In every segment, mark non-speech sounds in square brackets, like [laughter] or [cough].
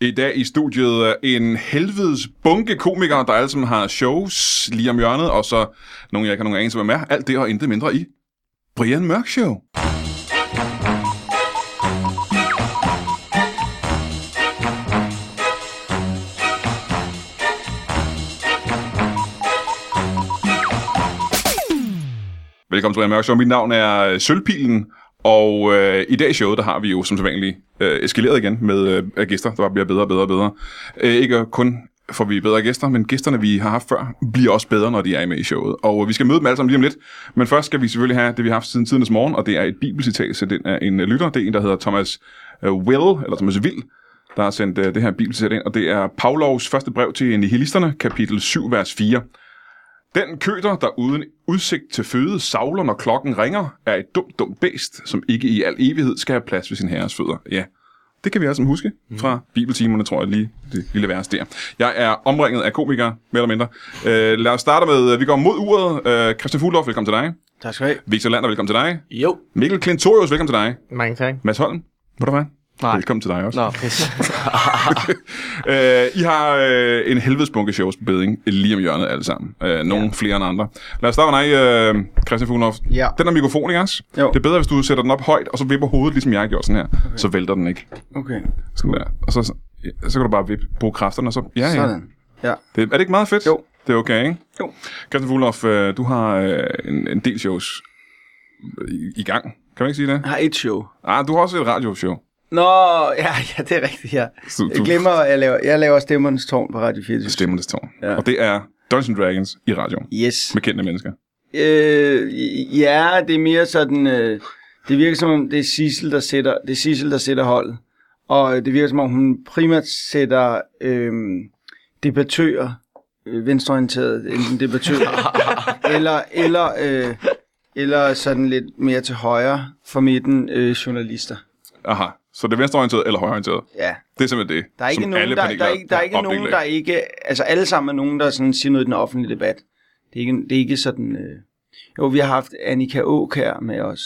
I dag i studiet øh, en helvedes bunke komikere, der alle sammen har shows lige om hjørnet, og så nogen, jeg ikke har nogen anelse, hvem er. Alt det og intet mindre i Brian Mørk Show. Velkommen til Brian Mørk Show. Mit navn er øh, Sølvpilen, og øh, i dag i showet, der har vi jo som sædvanligt øh, eskaleret igen med øh, gæster, der bare bliver bedre og bedre og bedre. Øh, ikke kun får vi bedre gæster, men gæsterne, vi har haft før, bliver også bedre, når de er med i showet. Og øh, vi skal møde dem alle sammen lige om lidt, men først skal vi selvfølgelig have det, vi har haft siden tidernes morgen, og det er et bibelcitat, så den er en øh, lytter, det er en, der hedder Thomas øh, Will, eller Thomas Will, der har sendt øh, det her bibelcitat ind, og det er Pavlovs første brev til nihilisterne, kapitel 7, vers 4. Den køter, der uden udsigt til føde savler, når klokken ringer, er et dumt, dumt bæst, som ikke i al evighed skal have plads ved sin herres fødder. Ja, det kan vi alle sammen huske fra bibeltimerne, tror jeg lige, det lille vers der. Jeg er omringet af komikere, mere eller mindre. Øh, lad os starte med, øh, vi går mod uret. Øh, Christian Fuglov, velkommen til dig. Tak skal du have. Victor Lander, velkommen til dig. Jo. Mikkel Klintorius, velkommen til dig. Mange tak. Mads Holm, må du være? Nej. Velkommen til dig også. Nå, pis. [laughs] Øh, I har øh, en helvedes bunke shows på beding lige om hjørnet alle sammen. Øh, nogle ja. flere end andre. Lad os starte med dig, øh, Christian Fuglendorf. Ja. Den der mikrofon, ikke også? Jo. Det er bedre, hvis du sætter den op højt, og så vipper hovedet, ligesom jeg har gjort sådan her. Okay. Så vælter den ikke. [laughs] Okay, Sådan der. Og så, ja, så kan du bare vippe, bruge kræfterne, og så... Ja, ja. sådan. Ja. Det, er det ikke meget fedt? Jo. Det er okay, ikke? Jo. Christian Fuglendorf, øh, du har øh, en, en del shows øh, i, i gang. Kan man ikke sige det? Jeg har et show. Ah, du har også et radioshow. Nå, ja, ja det er rigtigt, ja. Så Jeg du- glemmer, at jeg laver, jeg laver Stemmernes Tårn på Radio 24. Stemmernes Tårn. Ja. Og det er Dungeons Dragons i radioen. Yes. Med kendte mennesker. Øh, ja, det er mere sådan... Øh, det virker som om, det er Sissel, der sætter, det er Sissel, der sætter holdet. Og øh, det virker som om, hun primært sætter øh, debattører, øh, venstreorienterede, [laughs] enten debattører, eller, eller, øh, eller sådan lidt mere til højre for midten øh, journalister. Aha. Så det er venstreorienteret eller højreorienteret. Ja, Det er simpelthen det, Der er ikke som nogen, alle der, paneler der, er ikke, der er er ikke nogen, opdelt der af. ikke... Altså alle sammen er nogen, der sådan siger noget i den offentlige debat. Det er ikke, det er ikke sådan... Øh... Jo, vi har haft Annika Åk her med os.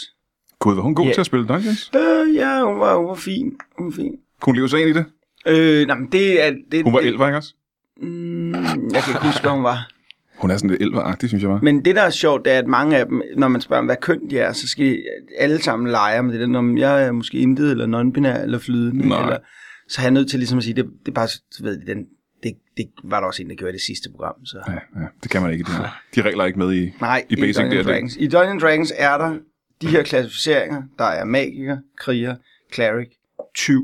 Gud, var hun god Ja. til at spille Dungeons? Øh, ja, hun var, hun var fin. Hun var fin. Kunne hun leve sig ind i det? Øh, nej, men det er... Det, Hun var det- elver, ikke også? Mm, jeg kan ikke huske, hvad hun var. Hun er sådan lidt elveragtig, synes jeg var. Men det, der er sjovt, det er, at mange af dem, når man spørger dem, hvad køn de er, så skal de alle sammen lege med det der, om jeg er måske intet, eller non-binær, eller flydende, Nej. eller... Så er jeg nødt til ligesom at sige, det, det er bare, så ved I, den, det, det var der også en, der gjorde i det sidste program, så... Ja, ja, det kan man ikke. i Det her. De regler er ikke med i, Nej, i Basic. Dungeons Det, er det. Dragons. I Dungeons Dragons er der de her klassificeringer. Der er magiker, kriger, cleric, tyv,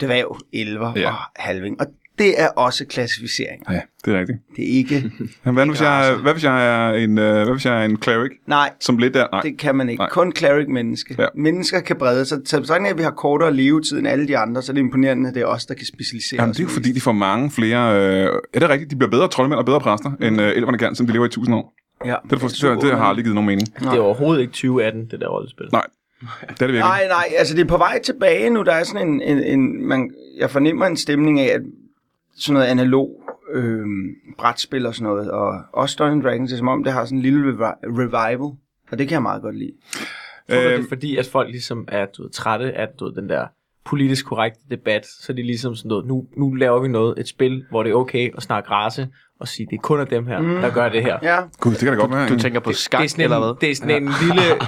dværg, elver Ja. ja. og halving. Og det er også klassificeringer. Ja, det er rigtigt. Det er ikke... Men hvad, nu, hvis jeg, hvad, hvis jeg er en, øh, hvad hvis jeg er en cleric, Nej, som lidt er... Nej, det kan man ikke. Nej. Nej. Kun cleric menneske. Ja. Ja. Mennesker kan brede sig. Så sådan at vi har kortere levetid end alle de andre, så er det imponerende, at det er os, der kan specialisere Jamen, os. det er jo mest. fordi, de får mange flere... Øh, er det rigtigt? De bliver bedre troldmænd og bedre præster, end øh, elverne kan, som de lever i tusind år. Mm. Ja. Det, er det, forstår, det har aldrig givet nogen mening. Det er overhovedet ikke 2018, det der rollespil. Nej, det er det virkelig. Nej, nej, altså det er på vej tilbage nu. Der er sådan en, en, en man, jeg fornemmer en stemning af, at sådan noget analog øh, brætspil og sådan noget, og også Dungeons Dragons, det er som om, det har sådan en lille revi- revival, og det kan jeg meget godt lide. Jeg tror, det Øhm. er fordi, at folk ligesom er du ved, trætte af du ved, den der politisk korrekte debat, så er de ligesom sådan noget, nu, nu laver vi noget, et spil, hvor det er okay at snakke race, og sige, det er kun af dem her, mm. der gør det her. Ja, Gud, det kan da godt være. Du ikke? tænker på Det er skak sådan en, eller hvad? det er sådan en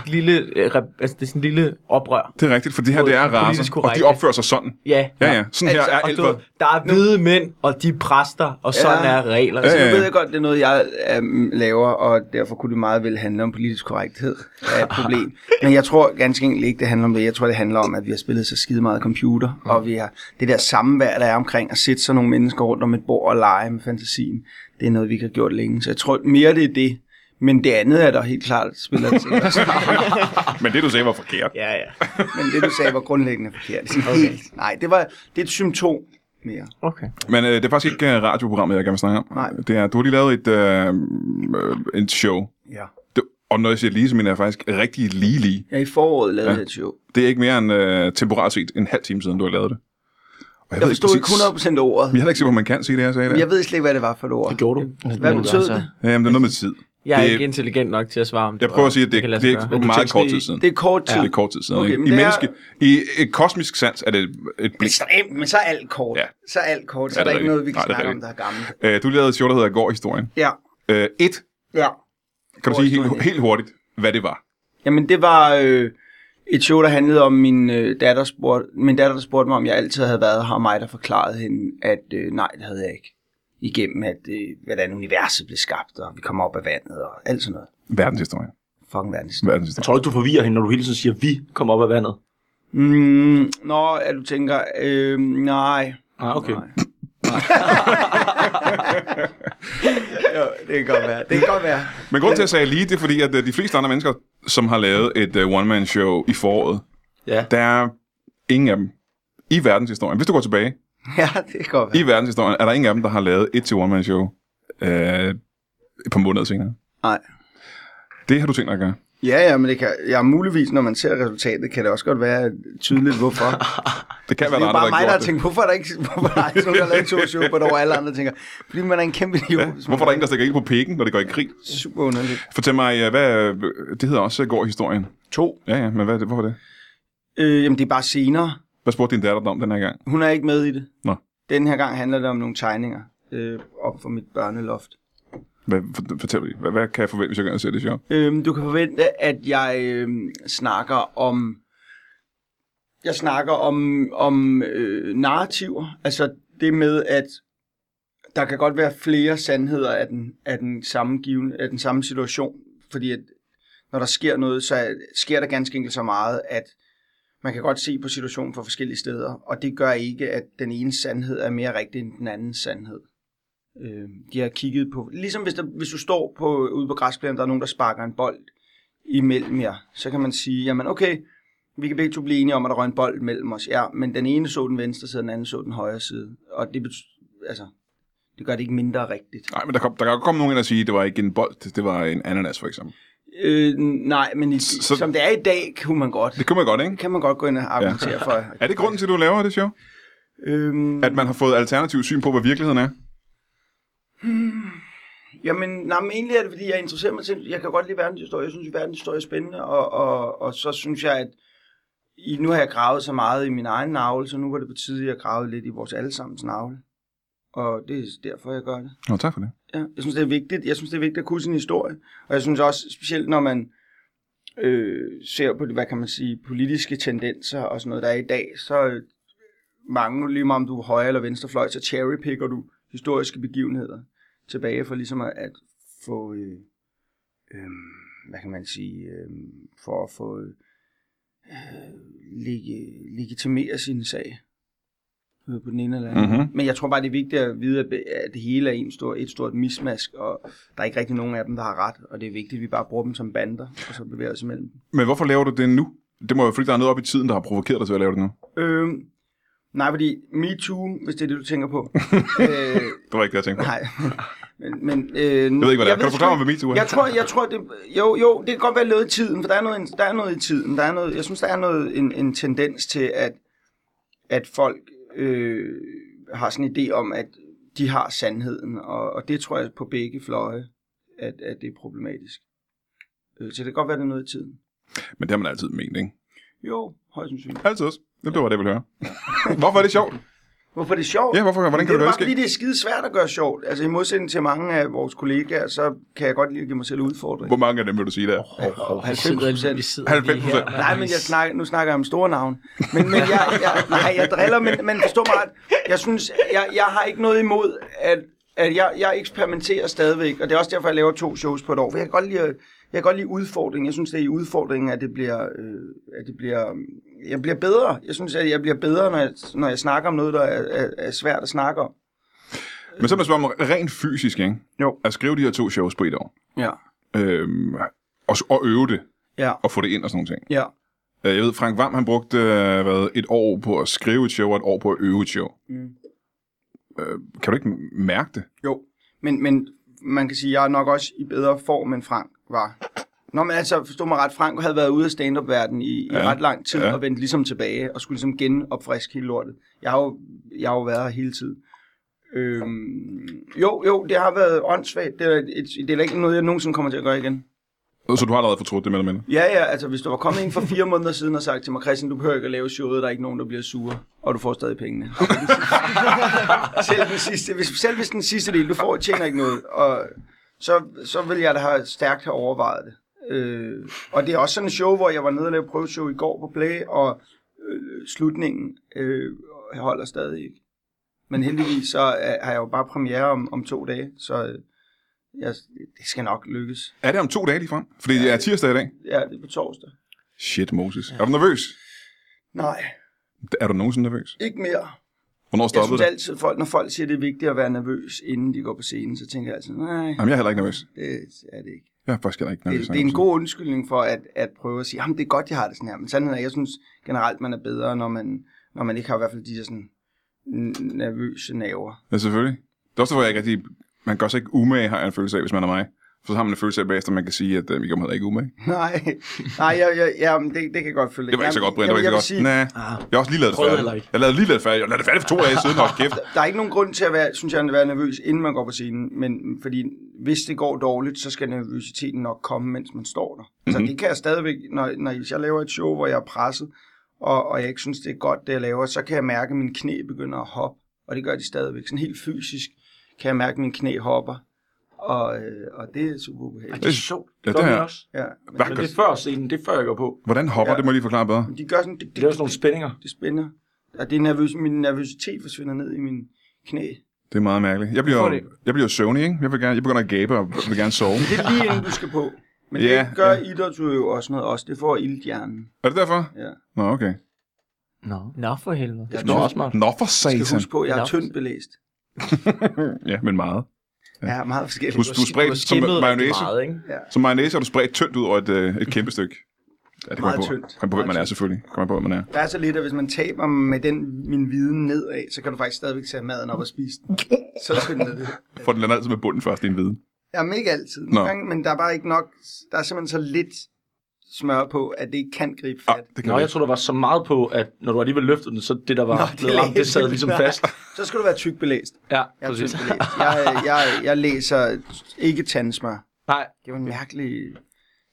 lille, lille, øh, rep- altså det er sådan en lille oprør. Det er rigtigt, for det her det er Politisk racer, og de korrekte. opfører sig sådan. Ja. Ja, ja. Sådan her Altså, er Og du, elver. ved, der er hvide mænd, og de er præster, og sådan Ja. er reglerne. altså Ja, ja, nu ja. ved jeg godt, det er noget, jeg øh, laver, og derfor kunne det meget vel handle om politisk korrekthed er et problem. [laughs] Men jeg tror ganske enkelt ikke, det handler om det. Jeg tror, det handler om, at vi har spillet så skide meget computer, Mm. og vi har det der samvær, der er omkring at sætte sådan nogle mennesker rundt om et bord og lege med fantasien. Det er noget, vi ikke har gjort længe, så jeg tror mere, det er det. Men det andet er der helt klart, [laughs] spiller det sikkert også. ah. Men det, du sagde, var forkert. Ja, ja. Men det, du sagde, var grundlæggende forkert. Sådan Helt. Nej, det, var, det er et symptom mere. Okay. Men øh, det er faktisk ikke øh, radioprogrammet, jeg gerne vil snakke om. Nej. Det er, du har lige lavet et, øh, øh, et show. Ja. Det, og når jeg siger lige, så mener jeg faktisk rigtig lige lige. Jeg i foråret lavede Ja. ja. et show. Det er ikke mere end øh, temporalt set en halv time siden, du har lavet det. Og Jeg forstod ikke præcis- 100% ordet. Jeg har ikke set, hvor man kan sige det, jeg sagde der. Jeg ved slet ikke, hvad det var for et ord. gjorde du? Hvad betød det? Jamen, det er noget med tid. Jeg er Det- det, ikke intelligent nok til at svare om det. Jeg prøver at og sige, at det, det, kan lade sig det gøre. er Men du meget tænkte, kort tid det- siden. Det er kort tid. Det er kort tid siden. Okay, ikke? men I, det er- menneske, I et kosmisk sans er det et blik. Ekstremt, men så er alt kort. Ja. Så er alt kort, Ja, så er der det er ikke noget, vi rigtigt. kan Nej, det er snakke om, der er rigtigt. gammelt. Øh, du lavede et show, der hedder Går Historien. Ja, Øh, et, ja. kan du Går sige helt, Historien. helt hurtigt, hvad det var? Jamen, det var øh, et show, der handlede om min øh, datter, spurgte, min datter, der spurgte mig, om jeg altid havde været her, og mig, der forklarede hende, at øh, nej, det havde jeg ikke. Igennem, at, øh, hvordan universet blev skabt, og vi kom op af vandet, og alt sådan noget. Verdenshistorie. Fucking verdens. Jeg Verdenshistorie. tror ikke, du forvirrer hende, når du hele tiden siger, vi kommer op af vandet. Mm, nå, at du tænker, øh, nej. Ah, okay. Nej. jo, det kan godt være. Det kan godt være. [laughs] Men grunden til, at jeg sagde lige, det er fordi, at øh, de fleste andre mennesker, som har lavet et uh, one-man-show i foråret, Ja. der er ingen af dem i verdenshistorien. Hvis du går tilbage, Ja, det kan godt være. i verdenshistorien er der ingen af dem, der har lavet et til one-man-show øh, på måneder senere. Nej. Det har du tænkt dig at gøre. Ja, ja, men det kan, ja, muligvis, når man ser resultatet, kan det også godt være tydeligt, [laughs] hvorfor. Det kan Altså, det være, der er jo er andre, bare mig, der der har har gjort det. tænkt, hvorfor er der ikke, hvorfor er der ikke nogen, der har lavet to show på et år, alle andre tænker, fordi man er en kæmpe idiot. Ja, Hvorfor er der ingen, der stikker ild på pikken, når det går i krig? Super underligt. Fortæl mig, øh, hvad, øh, det hedder også øh, Går Historien. To. Ja, ja, men hvad, er det- hvorfor det? Øh, jamen, det er bare senere. Hvad spurgte din datter dig om den her gang? Hun er ikke med i det. Nå. Den her gang handler det om nogle tegninger øh, op for mit børneloft. Hvad, for- fortæl mig, hvad, hvad kan jeg forvente, hvis jeg gør se det show? Øhm, du kan forvente, at jeg øhm, snakker om jeg snakker om om øh, narrativer, altså det med at der kan godt være flere sandheder af den af den samme givne, af den samme situation, fordi at når der sker noget, så er- sker der ganske enkelt så meget, at man kan godt se på situationen fra forskellige steder, og det gør ikke, at den ene sandhed er mere rigtig end den anden sandhed. Øh, de har kigget på, ligesom hvis, der, hvis du står på, ude på græsplænen, der er nogen, der sparker en bold imellem jer, så kan man sige, jamen okay, vi kan begge to blive enige om, at der røg en bold mellem os. Ja, men den ene så den venstre side, og den anden så den højre side. Og det, bety- altså, det gør det ikke mindre rigtigt. Nej, men der, kom, der kan godt komme nogen ind og sige, at det var ikke en bold, det var en ananas for eksempel. Øh, nej, men i, Så- så, som det er i dag, kunne man godt, Det kunne man godt, ikke? kan man godt gå ind og argumentere ja. for. [laughs] Er det grunden til, at du laver det show? Øhm, At man har fået alternativ syn på, hvad virkeligheden er? Jamen, nej, men egentlig er det, fordi jeg interesserer mig til, jeg kan godt lide verdenshistorie, jeg synes, at verdenshistorie er spændende, og, og, og så synes jeg, at i, nu har jeg gravet så meget i min egen navle, så nu var det på tide, at jeg gravede lidt i vores allesammens navle. Og det er derfor, jeg gør det. Nå, tak for det. Ja, jeg synes, det er vigtigt. Jeg synes, det er vigtigt at kunne sin historie. Og jeg synes også, specielt når man øh, ser på, det, hvad kan man sige, politiske tendenser og sådan noget, der er i dag, så øh, mange, lige meget om du er højre eller venstrefløj, så cherrypicker du historiske begivenheder tilbage for ligesom at, at få, øh, øh, hvad kan man sige, øh, for at få øh, leg- legitimere sin sag øh, på den ene eller anden Mm-hmm. men jeg tror bare, det er vigtigt at vide, at at det hele er en stor, et stort mismask, og der er ikke rigtig nogen af dem, der har ret, og det er vigtigt, at vi bare bruger dem som bander, og så bevæger os imellem dem. Men hvorfor laver du det nu? Det må jo være, fordi der er noget op i tiden, der har provokeret dig til at lave det nu. Øh, nej, fordi MeToo, hvis det er det, du tænker på. øh, Det var ikke det, jeg tænkte på. nej, men... men øh, jeg ved ikke, Jeg ved ikke, hvad det er. Kan du sgu forklare mig, ikke- hvad MeToo er? Jeg tror, jeg tror det, jo, jo, det kan godt være lavet i tiden, for der er noget, der er noget i tiden. Der er noget, jeg synes, der er noget, en, en tendens til, at, at folk øh, har sådan en idé om, at de har sandheden, og, og det tror jeg på begge fløje, at, at det er problematisk. Øh, Så det kan godt være, det er noget i tiden. Men det har man altid ment, ikke? Jo, højst sandsynligt. Altid også. Det var det, jeg ville høre. [laughs] hvorfor er det sjovt? Hvorfor er det sjovt? Ja, hvorfor, hvordan kan det du er høre bare det ske? fordi, det er skide svært at gøre sjovt. Altså i modsætning til mange af vores kollegaer, så kan jeg godt lide at give mig selv udfordringer. Hvor mange af dem vil du sige der? Oh, vi 90%. sidder, vi sidder 90%. lige her. Nej, men jeg snakker, nu snakker jeg om store navn. Men, men jeg, jeg, nej, jeg driller, men, men forstå mig, ret. jeg synes, jeg, jeg har ikke noget imod, at, at jeg, jeg eksperimenterer stadigvæk, og det er også derfor, jeg laver to shows på et år, for jeg kan godt lide, at- jeg kan godt lide udfordringen. Jeg synes, det er i udfordringen, at det bliver, øh, at det bliver, øh, jeg bliver bedre. Jeg synes, at jeg bliver bedre, når jeg, når jeg snakker om noget, der er, er, er svært at snakke om. Men så er man spørge om rent fysisk, ikke? Jo. At skrive de her to shows på et år. Ja. Øhm, og, og øve det, Ja. og få det ind og sådan nogle ting. Ja. Øh, Jeg ved, Frank Vam, han brugte øh, hvad, et år på at skrive et show, og et år på at øve et show. Mm. Øh, Kan du ikke mærke det? Jo, men, men man kan sige, at jeg er nok også i bedre form, end Frank var. Nå, men altså, forstå mig ret, Frank havde været ude af stand-up-verdenen i, ja. i Ja, ret lang tid, ja. ja. og vendt ligesom tilbage, og skulle ligesom genopfriske hele lortet. Jeg har jo, jeg har jo været her hele tiden. Øhm, jo, jo, det har været åndssvagt. Det er, et, det er da ikke noget, jeg nogensinde kommer til at gøre igen. Så du har allerede fortrudt det, med eller Ja, ja, altså hvis du var kommet ind for fire måneder siden og sagt til mig, Christian, du behøver ikke at lave showet, der er ikke nogen, der bliver sure, og du får stadig pengene. selv, den sidste, hvis, selv hvis den sidste del, du får, tjener ikke noget, og så, så vil jeg da have stærkt have overvejet det. Øh, og det er også sådan en show, hvor jeg var nede og lavede prøveshow i går på Play, og øh, slutningen øh, holder stadig ikke. Men heldigvis så øh, har jeg jo bare premiere om, om to dage, så øh, jeg, det skal nok lykkes. Er det om to dage lige frem? Fordi det er tirsdag i dag. Ja, det er på torsdag. Shit, Moses. Er du nervøs? Nej, Er du nogensinde nervøs? Ikke mere. Hvornår Jeg stoppede synes det? altid, folk, når folk siger, at det er vigtigt at være nervøs, inden de går på scenen, så tænker jeg altid, nej, Jamen, jeg er heller ikke nervøs. det er det ikke. Jeg er faktisk heller ikke nervøs. Det, det er en god undskyldning for at, at prøve at sige, jamen det er godt, jeg har det sådan her, men sandheden er, jeg synes generelt, man er bedre, når man, når man ikke har i hvert fald de der sådan n- nervøse naver. [laughs] Ja, selvfølgelig. Det er også derfor, jeg ikke rigtig... Man gør sig ikke umage, har jeg en følelse af, hvis man er mig. For så har man en følelse af bagefter, at man kan sige, at uh, Mikael hedder ikke umage. Nej, nej, jeg, jeg, jamen, det, det kan jeg godt følge. Det var ikke så godt, Brian. Det var ikke så godt. Sige, Nej. Jeg har også lige lavet det Prøvede heller færdigt. ikke. Jeg lavede lige lavet det færdigt. Jeg lavede det færdigt for to dage siden. Hold kæft. Der er ikke nogen grund til at være, synes jeg, at være nervøs, inden man går på scenen, men fordi hvis det går dårligt, så skal nervøsiteten nok komme, mens man står der. Mm-hmm. Mhm. Så det kan jeg stadigvæk, når, når hvis jeg laver et show, hvor jeg er presset, og, og jeg ikke synes, det er godt, det jeg laver, så kan jeg mærke, at mine knæ begynder at hoppe, og det gør de stadigvæk. Sådan helt fysisk kan jeg mærke, at mine knæ hopper, og, øh, og det er super ubehageligt. Det er sjovt. Ja, gør det vi er- også. Ja. Hvad Men gør- det er før scenen, det er før jeg går på. Hvordan hopper Ja. det, må jeg lige forklare bedre. Men de gør sådan, det, Det er det, sådan nogle spændinger. det spænder, og det er nervøs, min nervøsitet forsvinder ned i min knæ. Det er meget mærkeligt. Jeg bliver, Hvorfor er jeg bliver søvnig, ikke? Jeg, vil gerne, jeg begynder at gabe og vil gerne sove. Det er lige inden du skal på. Men det Ja, gør ja. ja. idrætsudøvere og sådan noget også. Det får ildhjernen. Er det derfor? Ja. Nå, okay. Nå. Nå for helvede. Det Jeg er tror- også smart. Nå for skal satan. huske på, at jeg er Nå. tyndt belæst. Ja, men meget. Ja, meget forskelligt. Husk- Du er spredt som skimmet rigtig mayonnaise. Meget, ikke? Så mayonnaise har du spredt tyndt ud over et, øh, et kæmpe stykke. Ja, det kommer Meget an på. tyndt. Kommer an på, hvem man er, Meget selvfølgelig. Kommer an på, hvem man er. Der er så lidt, at hvis man taber med den, min viden nedad, så kan du faktisk stadigvæk tage maden op og spise den. Så tyndt er det. For den lander altid med bunden først i en hvide. Jamen ikke altid. Nå. Nogle gange, men der er bare ikke nok. Der er simpelthen så lidt smør på, at det ikke kan gribe Ah, fat. det kan Nå, vi jeg tror, der var så meget på, at når du alligevel løftede den, så det, der var Nå, Nå, det blevet ramt, lagde det sad sig ligesom der. fast. Så skal du være tyk belæst. Ja, Jeg er præcis. tyk belæst. Jeg, jeg, jeg læser ikke tandsmør. Nej, Det var en mærkelig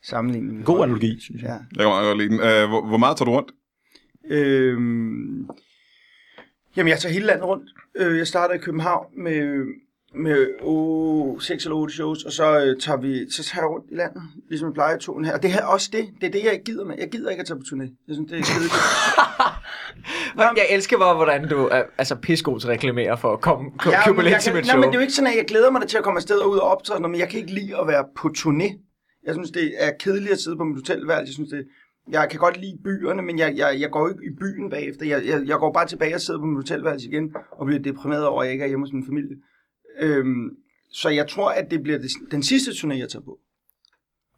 sammenligning. god analogi, synes jeg. Ja. Jeg kan meget godt lide den. Øh, hvor, hvor meget tager du rundt? Øhm, jamen, jeg tager hele landet rundt. Øh, jeg starter i København med, med oh, 6 eller 8 shows, og så, øh, tager vi, så tager jeg rundt i landet, ligesom jeg plejer i tonen her. Og det her er også det. Det er det, jeg ikke gider med. Jeg gider ikke at tage på turné. Jeg synes, det er kedeligt. Jamen, jeg elsker bare, hvordan du er altså, pissegod til at reklamere for at komme, Ja, ja, men købe jeg lidt til kan- mit Nej, show. men det er jo ikke sådan, at jeg glæder mig da til at komme afsted og ud og optræde, sådan noget, men jeg kan ikke lide at være på turné. Jeg synes, det er kedeligt at sidde på mit hotelværelse. Jeg synes, det jeg kan godt lide byerne, men jeg, jeg, jeg går jo ikke i byen bagefter. Jeg, jeg, jeg går bare tilbage og sidder på mit hotelværelse igen og bliver deprimeret over, at jeg ikke er hjemme hos min familie. Øhm, så jeg tror, at det bliver det, den sidste turné, jeg tager på.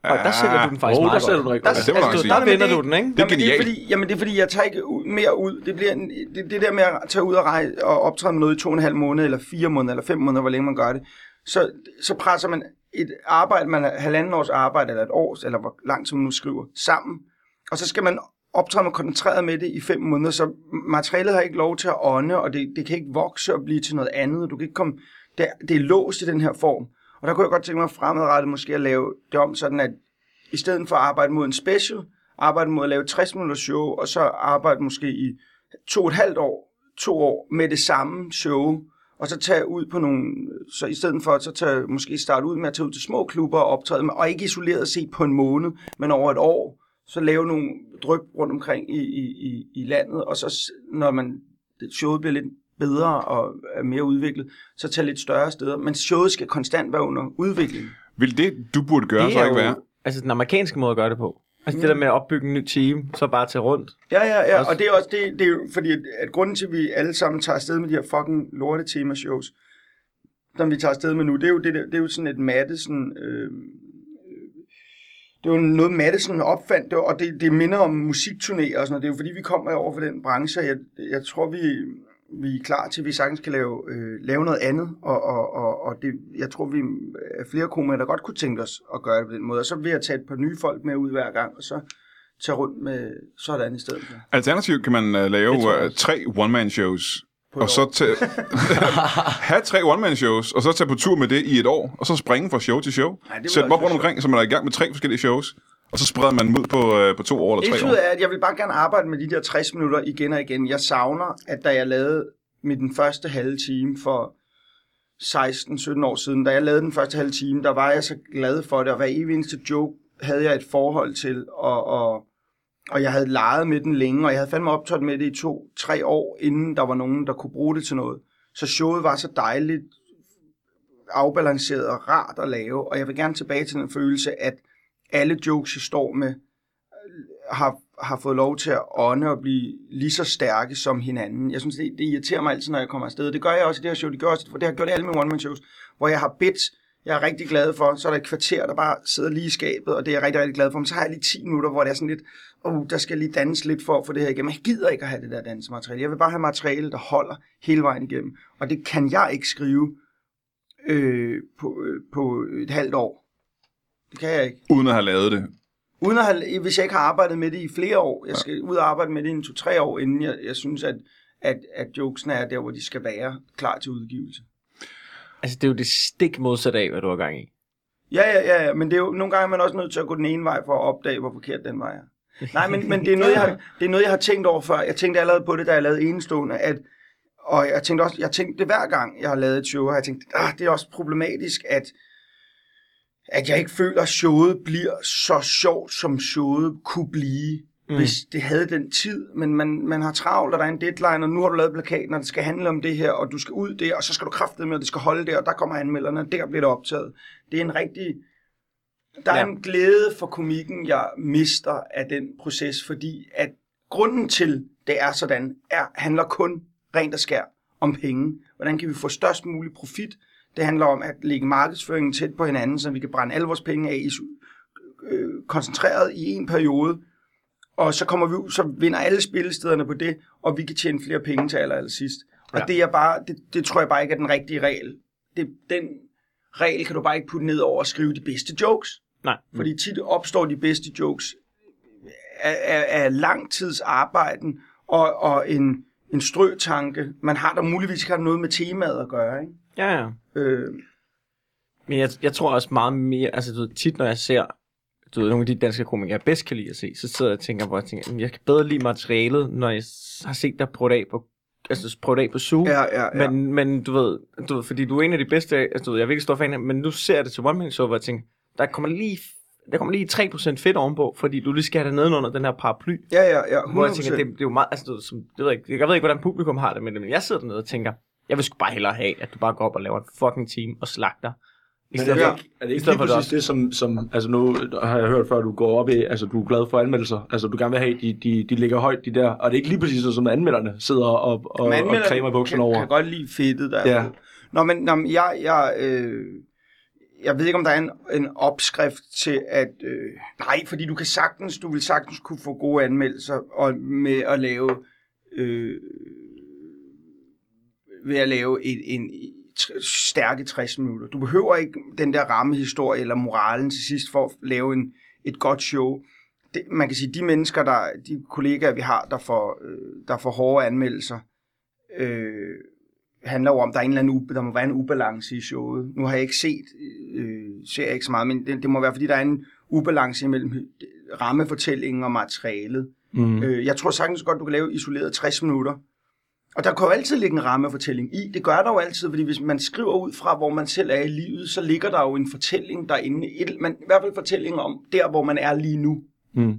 Og der sælger du den faktisk Åh, meget der sætter godt. du dig ikke. Der- godt. det må man altså, sige. du, der Jamen, vender det- du den, Det ikke? er jamen, det er genialt. fordi, jamen, det er fordi, jeg tager ikke ud, mere ud. Det, bliver en, det, det der med at tage ud og, rejse, og optræde med noget i to og en halv måned, eller fire måneder, eller fem måneder, hvor længe man gør det, så, så presser man et arbejde, man har halvanden års arbejde, eller et års, eller hvor langt som man nu skriver, sammen. Og så skal man optræde med koncentreret med det i fem måneder, så materialet har ikke lov til at ånde, og det, det kan ikke vokse og blive til noget andet. Du kan ikke komme, det, det er låst i den her form. Og der kunne jeg godt tænke mig fremadrettet måske at lave det om sådan, at i stedet for at arbejde mod en special, arbejde mod at lave 60 minutters show, og så arbejde måske i to og et halvt år, to år med det samme show, og så tage ud på nogle, så i stedet for, så tage, måske starte ud med at tage ud til små klubber og optræde, med- og ikke isoleret set på en måned, men over et år, så lave nogle dryp rundt omkring i, i, i, i landet, og så s- når man, showet bliver lidt bedre og er mere udviklet, så tage lidt større steder, men showet skal konstant være under udvikling. Vil det, du burde gøre, så ikke være? altså den amerikanske måde at gøre det på. Altså Mm. det der med at opbygge en ny team, så bare tage rundt. Ja, ja, ja, Også- og det er også det, det er jo, fordi, at, at grunden til, at vi alle sammen tager afsted med de her fucking lorte temashows, som vi tager afsted med nu, det er jo, det, der- det er jo sådan et Madison, øh, det var noget, Madison opfandt, det var- og det, det minder om musikturnéer og sådan noget. Det er jo fordi, vi kommer over for den branche, og jeg, jeg tror, vi, vi er klar til, at vi sagtens kan lave, øh, lave noget andet, og, og, og, og det, jeg tror, vi er flere komikere, der godt kunne tænke os at gøre det på den måde. Og så vil jeg tage et par nye folk med ud hver gang, og så tage rundt med sådan i stedet for. Alternativt kan man uh, lave Det tror jeg uh, også. tre one-man-shows på og så [laughs] tage, have tre one-man-shows, og så tage på tur med det i et år, og så springe fra show til show. det ville Sæt dem også op være rundt omkring, så man er i gang med tre forskellige shows, og så spreder man dem ud på, øh, på to år eller tre Et år. ud er, at jeg vil bare gerne arbejde med de der 60 minutter igen og igen. Jeg savner, at da jeg lavede med den første halve time for 16-17 år siden, da jeg lavede den første halve time, der var jeg så glad for det, og hver evig eneste joke havde jeg et forhold til, og, og, og jeg havde leget med den længe, og jeg havde fandme optrådt med det i to-tre år, inden der var nogen, der kunne bruge det til noget. Så showet var så dejligt afbalanceret og rart at lave, og jeg vil gerne tilbage til den følelse, at alle jokes, jeg står med, har, har fået lov til at ånde og blive lige så stærke som hinanden. Jeg synes, det, det irriterer mig altid, når jeg kommer afsted. Det gør jeg også i det her show, det gør jeg også, for det har jeg gjort i alle mine one-man-shows, hvor jeg har bits, jeg er rigtig glad for, så er der et kvarter, der bare sidder lige i skabet, og det er jeg rigtig, rigtig glad for. Men så har jeg lige 10 minutter, hvor det er sådan lidt, uh, der skal lige danse lidt for at få det her igennem. Jeg gider ikke at have det der dansemateriale. Jeg vil bare have materiale, der holder hele vejen igennem. Og det kan jeg ikke skrive øh, på, øh, på et halvt år. Det kan jeg ikke. Uden at have lavet det. Uden at have, hvis jeg ikke har arbejdet med det i flere år. Jeg skal ud og arbejde med det i en to-tre år, inden jeg, jeg synes, at, at, at jokesene er der, hvor de skal være klar til udgivelse. Altså, det er jo det stik modsatte af, hvad du har gang i. Ja, ja, ja, ja, men det er jo, nogle gange er man også nødt til at gå den ene vej for at opdage, hvor forkert den vej er. Nej, men, men det, er noget, jeg har, det er noget, jeg har tænkt over før. Jeg tænkte allerede på det, da jeg lavede enestående, at, og jeg tænkte også, jeg tænkte det hver gang, jeg har lavet et show, har jeg tænkt, ah, det er også problematisk, at, at jeg ikke føler, at showet bliver så sjovt, som showet kunne blive, mm. hvis det havde den tid. Men man, man har travlt, og der er en deadline, og nu har du lavet plakaten, og det skal handle om det her, og du skal ud der, og så skal du kraftedeme, med, og det skal holde der, og der kommer anmelderne, og der bliver det optaget. Det er en rigtig... Der er Ja. ja. en glæde for komikken, jeg mister af den proces, fordi at grunden til, det er sådan, er, handler kun rent og skær om penge. Hvordan kan vi få størst mulig profit? Det handler om at lægge markedsføringen tæt på hinanden, så vi kan brænde alle vores penge af i, su- øh, koncentreret i en periode. Og så kommer vi ud, så vinder alle spillestederne på det, og vi kan tjene flere penge til aller, aller sidst. Og Ja. det, er bare, det, det tror jeg bare ikke er den rigtige regel. Det, den regel kan du bare ikke putte ned over at skrive de bedste jokes. Nej. Fordi tit opstår de bedste jokes af, af, af lang tids arbejden og, og en, en strøtanke. Man har der muligvis ikke har noget med temaet at gøre. Ikke? Mm. Ja, ja. Øh, Men jeg, jeg tror også meget mere, altså du ved, tit når jeg ser, du ved, nogle af de danske komikere, jeg bedst kan lide at se, så sidder jeg og tænker, hvor jeg tænker, "Jamen, jeg kan bedre lide materialet, når jeg s- har set dig prøve det af på, altså prøve det af på Zoom. ja, ja, ja. Men, men du, ved, du ved, fordi du er en af de bedste, altså du ved, jeg er virkelig stor fan af, men nu ser jeg det til One Man Show, hvor jeg tænker, der kommer lige, der kommer lige 3% fedt ovenpå, fordi du lige skal have det nedenunder den her paraply. ja, ja, ja, 100%. Hvor jeg tænker, det, det er jo meget, altså, du, ved, som, det ved jeg, ikke, jeg ved ikke, hvordan publikum har det med det, men jeg sidder dernede og tænker, jeg vil sgu bare hellere have, at du bare går op og laver en fucking team og slagter. I Men stedet er for, det ikke, er det ikke stedet lige for præcis det, som, som altså nu har jeg hørt før, du går op i, altså du er glad for anmeldelser, altså du gerne vil have, de, de, de ligger højt, de der, og det er ikke lige præcis sådan, som anmelderne sidder og, og, Man og anmelder- kræmer i bukserne kan, over. kan godt lide fedtet der. Ja. Ja. Nå, men, nå, men jeg, jeg, øh, jeg ved ikke, om der er en, en opskrift til at... Øh, nej, fordi du kan sagtens, du vil sagtens kunne få gode anmeldelser og med at lave... Øh, ved at lave en, en tr- stærke 60 minutter. Du behøver ikke den der rammehistorie eller moralen til sidst for at lave en, et godt show det, man kan sige, de mennesker, der, de kollegaer, vi har, der får, øh, der får hårde anmeldelser, øh, handler jo om, der er en eller anden, u- der må være en ubalance i showet. Nu har jeg ikke set, øh, ser jeg ikke så meget, men det, det må være, fordi der er en ubalance imellem rammefortællingen og materialet. Mm. Øh, jeg tror sagtens godt, du kan lave isoleret 60 minutter. Og der kan jo altid ligge en rammefortælling i. Det gør der jo altid, fordi hvis man skriver ud fra, hvor man selv er i livet, så ligger der jo en fortælling derinde. Et, man, I hvert fald fortælling om der, hvor man er lige nu. Mm.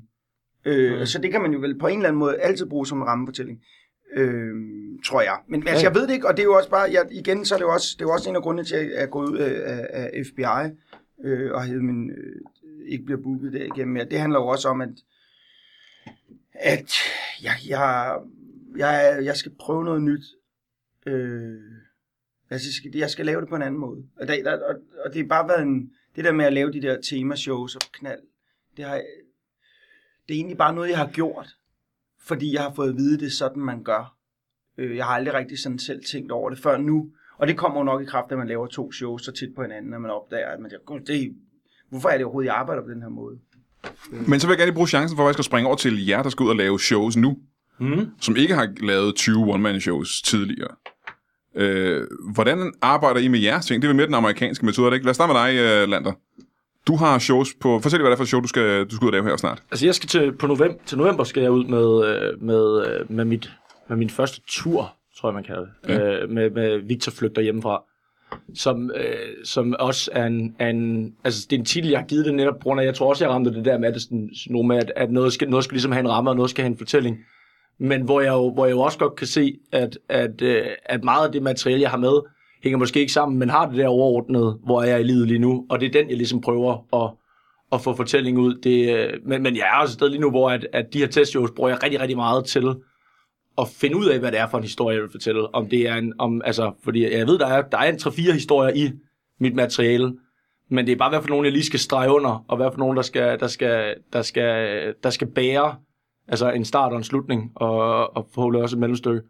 Øh, Så det kan man jo vel på en eller anden måde altid bruge som en rammefortælling. Øh, tror jeg. Men altså, jeg ved det ikke, og det er jo også bare, jeg, igen, så er det jo også, det er jo også en af grundene til, at jeg er gået ud af, af- af FBI, øh, og hed min, øh, ikke bliver booket der igennem mere. Det handler jo også om, at, at jeg, jeg, jeg, jeg skal prøve noget nyt. Øh, altså, jeg skal, jeg skal lave det på en anden måde. Og, der, der, og, og det har bare været en, det der med at lave de der temashows og knald, det har, det er egentlig bare noget, jeg har gjort, fordi jeg har fået at vide, det er sådan, man gør. Øh, jeg har aldrig rigtig sådan selv tænkt over det før nu, og det kommer jo nok i kraft, at man laver to shows så tæt på hinanden, at man opdager, at man tænker, "Gud, det, hvorfor er det overhovedet, jeg arbejder på den her måde? Men så vil jeg gerne lige bruge chancen for, at jeg skal springe over til jer, der skal ud og lave shows nu, Mm. som ikke har lavet 20 one-man-shows tidligere. Øh, hvordan arbejder I med jeres ting? Det er vel mere den amerikanske metode, er det ikke? Lad os starte med dig, øh, Lander. Du har shows på... Fortæl lige, hvad det er for et show, du skal, du skal ud og lave her snart. Altså, jeg skal til, på november, til november skal jeg ud med, øh, med, øh, med, mit, med min første tur, tror jeg, man kalder det. Ja. Ja. Øh, med, med Victor Flygter hjemmefra. Som, øh, som også er en, er en... Altså, det er en titel, jeg har givet det netop på grund af... Jeg tror også, jeg ramte det der med, at, det sådan, noget, med, at, at noget, skal, noget skal ligesom have en ramme, og noget skal have en fortælling. Men hvor jeg jo, hvor jeg jo også godt kan se, at, at, øh, at meget af det materiale, jeg har med, hænger måske ikke sammen, men har det der overordnet, hvor jeg er i livet lige nu. Og det er den, jeg ligesom prøver at, at få fortællingen ud. Det, øh, men, men jeg er også et sted lige nu, hvor at, at de her testshows bruger jeg rigtig, rigtig meget til at finde ud af, hvad det er for en historie, jeg vil fortælle. Om det er en, om, altså, fordi jeg ved, der er, der er en 3-4 historier i mit materiale, men det er bare, hvad for nogen, jeg lige skal strege under, og hvad for nogen, der skal, der skal, der skal, der skal bære altså en start og en slutning, og, og forhåbentlig også et mellemstykke.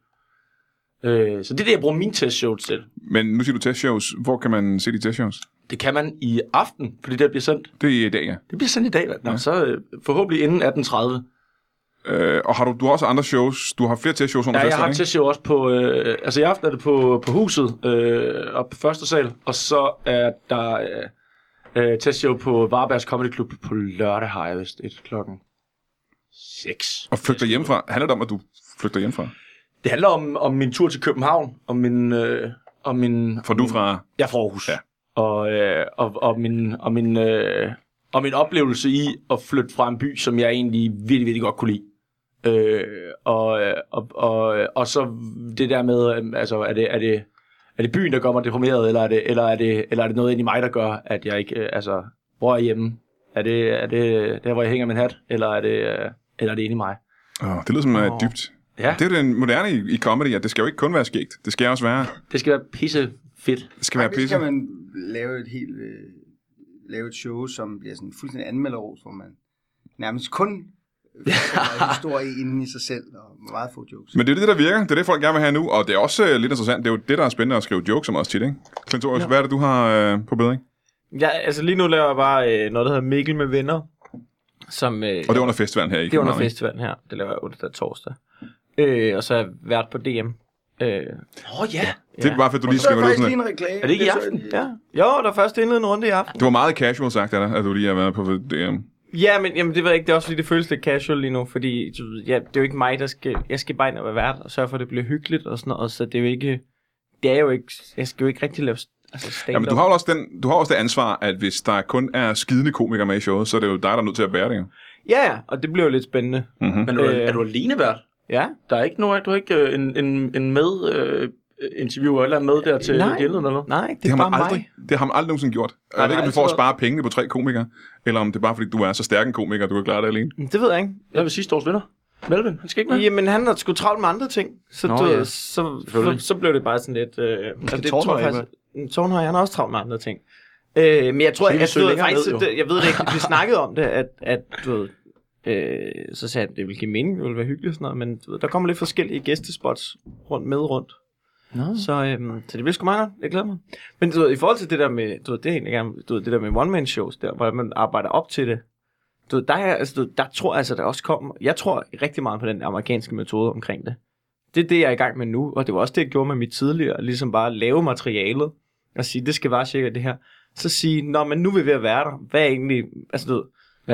Øh, så det er det, jeg bruger min testshow til. Men nu siger du testshows. Hvor kan man se de testshows? Det kan man i aften, fordi det bliver sendt. Det er i dag, ja. Det bliver sendt i dag, mand. Nå, ja. så øh, forhåbentlig inden 18.30. Øh, og har du, du har også andre shows. Du har flere testshows under Ja, jeg festen, har ikke? testshow også på... Øh, altså i aften er det på, på huset, øh, op på første sal, og så er der øh, øh, testshow på Varbergs Comedy Club på lørdag, har jeg vist et klokken 6. Og flygter hjemmefra. Handler det om, at du flygter hjemmefra? Det handler om, om min tur til København, om min... Øh, og min For du er fra... Jeg er fra Aarhus. Ja. Og, øh, og, og, min, og, min, øh, og min oplevelse i at flytte fra en by, som jeg egentlig virkelig, virkelig godt kunne lide. Øh, og, øh, og, og, og så det der med, øhm, altså, er det, er det, er det byen, der gør mig deprimeret, eller er det, eller er det, eller er det noget inde i mig, der gør, at jeg ikke, øh, altså, hvor er jeg hjemme? Er det, er det der, hvor jeg hænger min hat, eller er det, øh, eller er det inde i mig? Oh, det lyder som oh. Åh. dybt. Ja, Det er jo den moderne i, i comedy, at det skal jo ikke kun være skægt. Det skal også være... det skal være pisse fedt. Det skal være Hvis pisse. kan man lave et helt øh, lave et show, som bliver sådan fuldstændig anmelderos, hvor man nærmest kun [laughs] øh, fortæller en historie inde i sig selv, og meget få jokes. Men det er det, der virker. Det er det, folk gerne vil have nu. Og det er også øh, lidt interessant. Det er jo det, der er spændende at skrive jokes om også tit, ikke? Klintorius, ja. hvad er det, du har øh, på bedring? Ja, altså lige nu laver jeg bare øh, noget, der hedder Mikkel med venner. Som, øh, Og det er under festivalen her i det er under København, ikke? festivalen her. Det laver jeg onsdag og torsdag. Øh, og så er jeg vært på DM. Øh, Åh oh, ja, Det er bare, fordi du lige Så er skriver der det ud sådan faktisk her. lige en reklame. Er det ikke i så aften? lige- ja. Jo, der er først indledende runde i aften. Det var meget casual sagt af dig, at du lige har været på øh, DM. Ja, men jamen, det ved jeg ikke. Det er også fordi, det føles lidt casual lige nu, fordi du ved, ja, det er jo ikke mig, der skal... Jeg skal bare ind og være vært og sørge for, at det bliver hyggeligt og sådan noget, så det er jo ikke... Det er jo ikke... Jeg skal jo ikke rigtig lave st- altså stand Jamen, du har jo også, den, du har også det ansvar, at hvis der kun er skidende komikere med i showet, så er det jo dig, der er nødt til at bære det. jo. Ja, ja, og det bliver jo lidt spændende. Mhm. men er du, Øh. er du alene vært? Ja. Der er ikke nogen, du har ikke øh, en, en, en med øh, interviewer eller en med der til Nej. Nej. gælden eller noget? Nej, det, Det har er bare man mig. aldrig, det har man aldrig nogensinde gjort. Og jeg ved nej, ikke, om det er for at altid- spare pengene på tre komikere, eller om det er bare fordi, du er så stærk en komiker, du kan klare det alene. Men Det ved jeg ikke. Hvad er sidste års vinder? Melvin, han skal ikke med. Ja. Jamen, han har sgu travlt med andre ting, så, Nå, Nå, du, ja. ja. så, så, Selvfølgelig. så, blev det bare sådan lidt... Øh, altså, det Tornhøj Tornhøj, han har også travlt med andre ting. Øh, men jeg tror, Så kan jeg, vi altså, søge du ved, længere faktisk, ned, jo. det, jeg ved det ikke, [laughs] vi snakkede om det, at, at du ved, øh, så sagde jeg, at det ville give mening, det ville være hyggeligt og sådan noget, men du ved, der kommer lidt forskellige gæstespots rundt med rundt. Nå. Så, øhm, så det bliver sgu meget godt. Jeg glæder mig. Men du ved, i forhold til det der med, du ved, det er egentlig gerne, du ved, det der med one-man-shows der, hvor man arbejder op til det, du ved, der, er, altså, du, ved, der tror jeg altså, der også kommer, jeg tror rigtig meget på den amerikanske metode omkring det. Det er det, jeg er i gang med nu, og det var også det, jeg gjorde med mit tidligere, ligesom bare at lave materialet, og sige, det skal være cirka det her. Så sige, nå, men nu er vi ved at være der. Hvad er egentlig, altså du ved,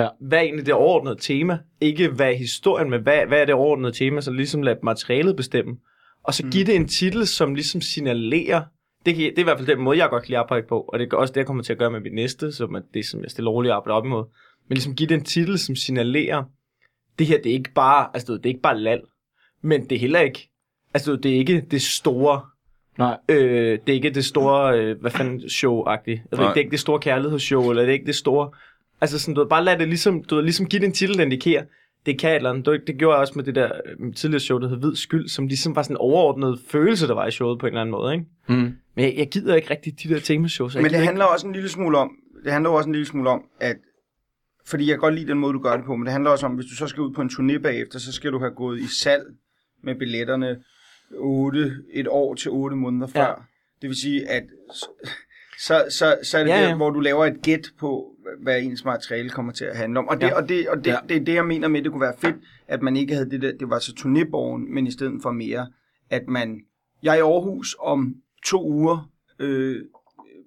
Ja. hvad er egentlig det overordnede tema? Ikke hvad er historien, men hvad, hvad er det overordnede tema? Så ligesom lade materialet bestemme. Og så give det en titel, som ligesom signalerer, det, kan, det er i hvert fald den måde, jeg godt kan lide at arbejde på, og det er også det, jeg kommer til at gøre med mit næste, som er det, som jeg stille og roligt arbejder op imod. Men ligesom give det en titel, som signalerer, det her, det er ikke bare, altså du ved, det er ikke bare lal, men det er heller ikke, altså du ved, det er ikke det store, Nej. øh, det er ikke det store, øh, hvad fanden, show-agtigt. Jeg ved Nej. ikke, det er ikke det store kærlighedsshow, eller det er ikke det store... Altså sådan, du ved, bare lad det ligesom, du ved, ligesom give det en titel, der indikerer, det kan et eller andet. Det, det gjorde jeg også med det der øh, mit tidligere show, der hed Hvid Skyld, som ligesom var sådan en overordnet følelse, der var i showet på en eller anden måde, ikke? Mm. Men jeg, jeg gider ikke rigtig de der temashows. jeg Men det gider handler også en lille smule om, det handler jo også en lille smule om, at fordi jeg kan godt lide den måde, du gør det på, men det handler også om, hvis du så skal ud på en turné bagefter, så skal du have gået i salg med billetterne 8, et år til 8 måneder før. Ja. Det vil sige, at s- så, så, så er det Ja, ja, ja. ja. der, hvor du laver et gæt på, hvad ens materiale kommer til at handle om. Og det, Ja. ja. og det, og det, Ja. det er det, jeg mener med, at det kunne være fedt, at man ikke havde det der, det var så turnéborgen, men i stedet for mere, at man Jeg er i Aarhus om to uger, øh,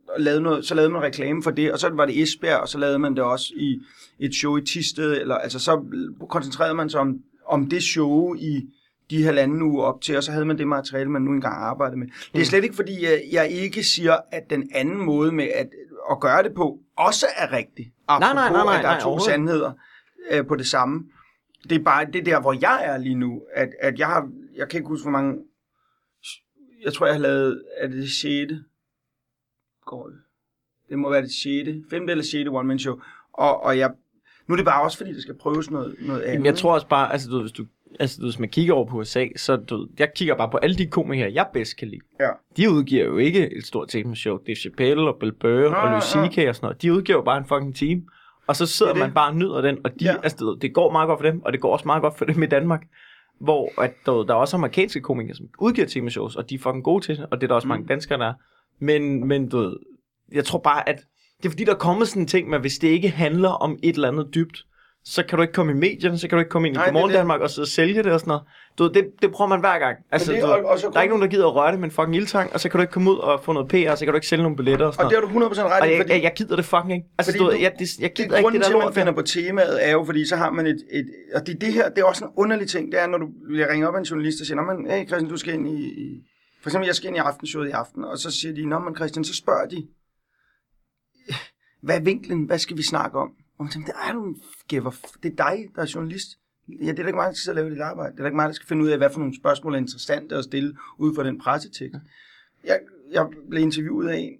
og lavede noget, så lavede man reklame for det, og så var det Esbjerg, og så lavede man det også i et show i Tisted, eller altså så koncentrerede man sig om, om det show i de halvanden uge op til, og så havde man det materiale, man nu engang arbejdede med. Det Mm. er slet ikke, fordi jeg, jeg ikke siger, at den anden måde med at, at gøre det på, også er rigtig. Apropos, nej, nej, nej, at der er nej, to overhovedet. sandheder øh, på det samme. Det er bare det er der, hvor jeg er lige nu, at, at jeg har, jeg kan ikke huske, hvor mange, jeg tror, jeg har lavet, er det det sjette? Går det? Det må være det sjette, femte eller sjette one-man show. Og, og jeg, nu er det bare også, fordi det skal prøves noget, noget andet. Jamen, jeg tror også bare, altså du ved, hvis du Altså, du ved, hvis man kigger over på USA, så du ved, jeg kigger bare på alle de komikere, jeg bedst kan lide. Ja. De udgiver jo ikke et stort temasshow. Dave Chappelle og Bill Burr Nej, og Louis nej. C.K. og sådan noget. De udgiver jo bare en fucking time. Og så sidder Det er det. man bare og nyder den, og de, Ja. ja. altså, du ved, det går meget godt for dem, og det går også meget godt for dem i Danmark. Hvor at, du ved, der er også amerikanske komikere, som udgiver temashows, og de er fucking gode til det, og det er der også mm. mange danskere, der er. Men, men du ved, jeg tror bare, at det er fordi, der er kommet sådan en ting med, hvis det ikke handler om et eller andet dybt, så kan du ikke komme i medierne, så kan du ikke komme ind i Nej, det er Godmorgen det. Danmark og sidde og sælge det og sådan noget. Du ved, det, det prøver man hver gang. Altså, det er du ved, også- også der er ikke nogen, der gider at røre det med en fucking ildtang, og så kan du ikke komme ud og få noget PR, så kan du ikke sælge nogle billetter og sådan Og det noget. har du 100% ret Og i, jeg, fordi... jeg, jeg gider det fucking ikke. Altså, Fordi du, ved, du- jeg, det, jeg gider det, ikke det grunden der til, at man lort der. finder på temaet, er jo, fordi så har man et, et og det, det her, det er også en underlig ting, det er, når du bliver ringet op af en journalist og siger, "Nå, men, hey Christian, du skal ind i, i- for eksempel, jeg skal ind i aftenshowet i aften, og så siger de, nå, men Christian, så spørger de, hvad er vinklen, hvad skal vi snakke om? Og man tænker, det er du en giver, f- det er dig, der er journalist. Ja, det er da ikke mig, der skal sidde og lave dit arbejde. Det er da ikke mig, der skal finde ud af, hvad for nogle spørgsmål er interessante at stille ud fra den pressetekst. Jeg, jeg blev interviewet af en,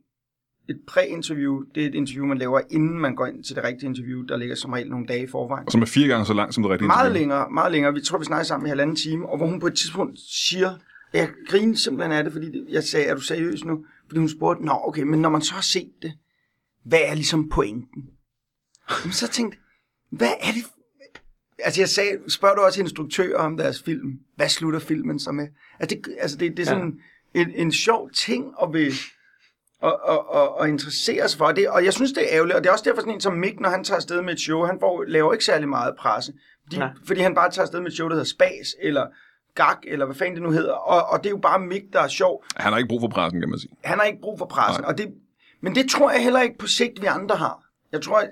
et præinterview, det er et interview, man laver, inden man går ind til det rigtige interview, der ligger som regel nogle dage i forvejen. Og som er fire gange så lang som det rigtige Meget interview. længere, meget længere. Vi tror, vi snakker sammen i halvanden time, og hvor hun på et tidspunkt siger, og jeg griner simpelthen af det, fordi det- jeg sagde, er du seriøs nu? Fordi hun spurgte, nå okay, men når man så har set det, hvad er ligesom pointen? Jamen, så tænkte jeg, hvad er det? Altså jeg sagde, spørger du også instruktører om deres film, hvad slutter filmen så med? Altså det, altså det, det er sådan ja. en, en sjov ting at vil, og, og, og, og interessere sig for og det. Og jeg synes, det er ærgerligt, og det er også derfor sådan en som Mick, når han tager afsted med et show, han får, laver ikke særlig meget presse, fordi, Nej. fordi han bare tager afsted med et show, der hedder Spas, eller Gag, eller hvad fanden det nu hedder, og, og det er jo bare Mick, der er sjov. Han har ikke brug for pressen, kan man sige. Han har ikke brug for pressen, Nej. og det, men det tror jeg heller ikke på sigt, vi andre har. Jeg tror, at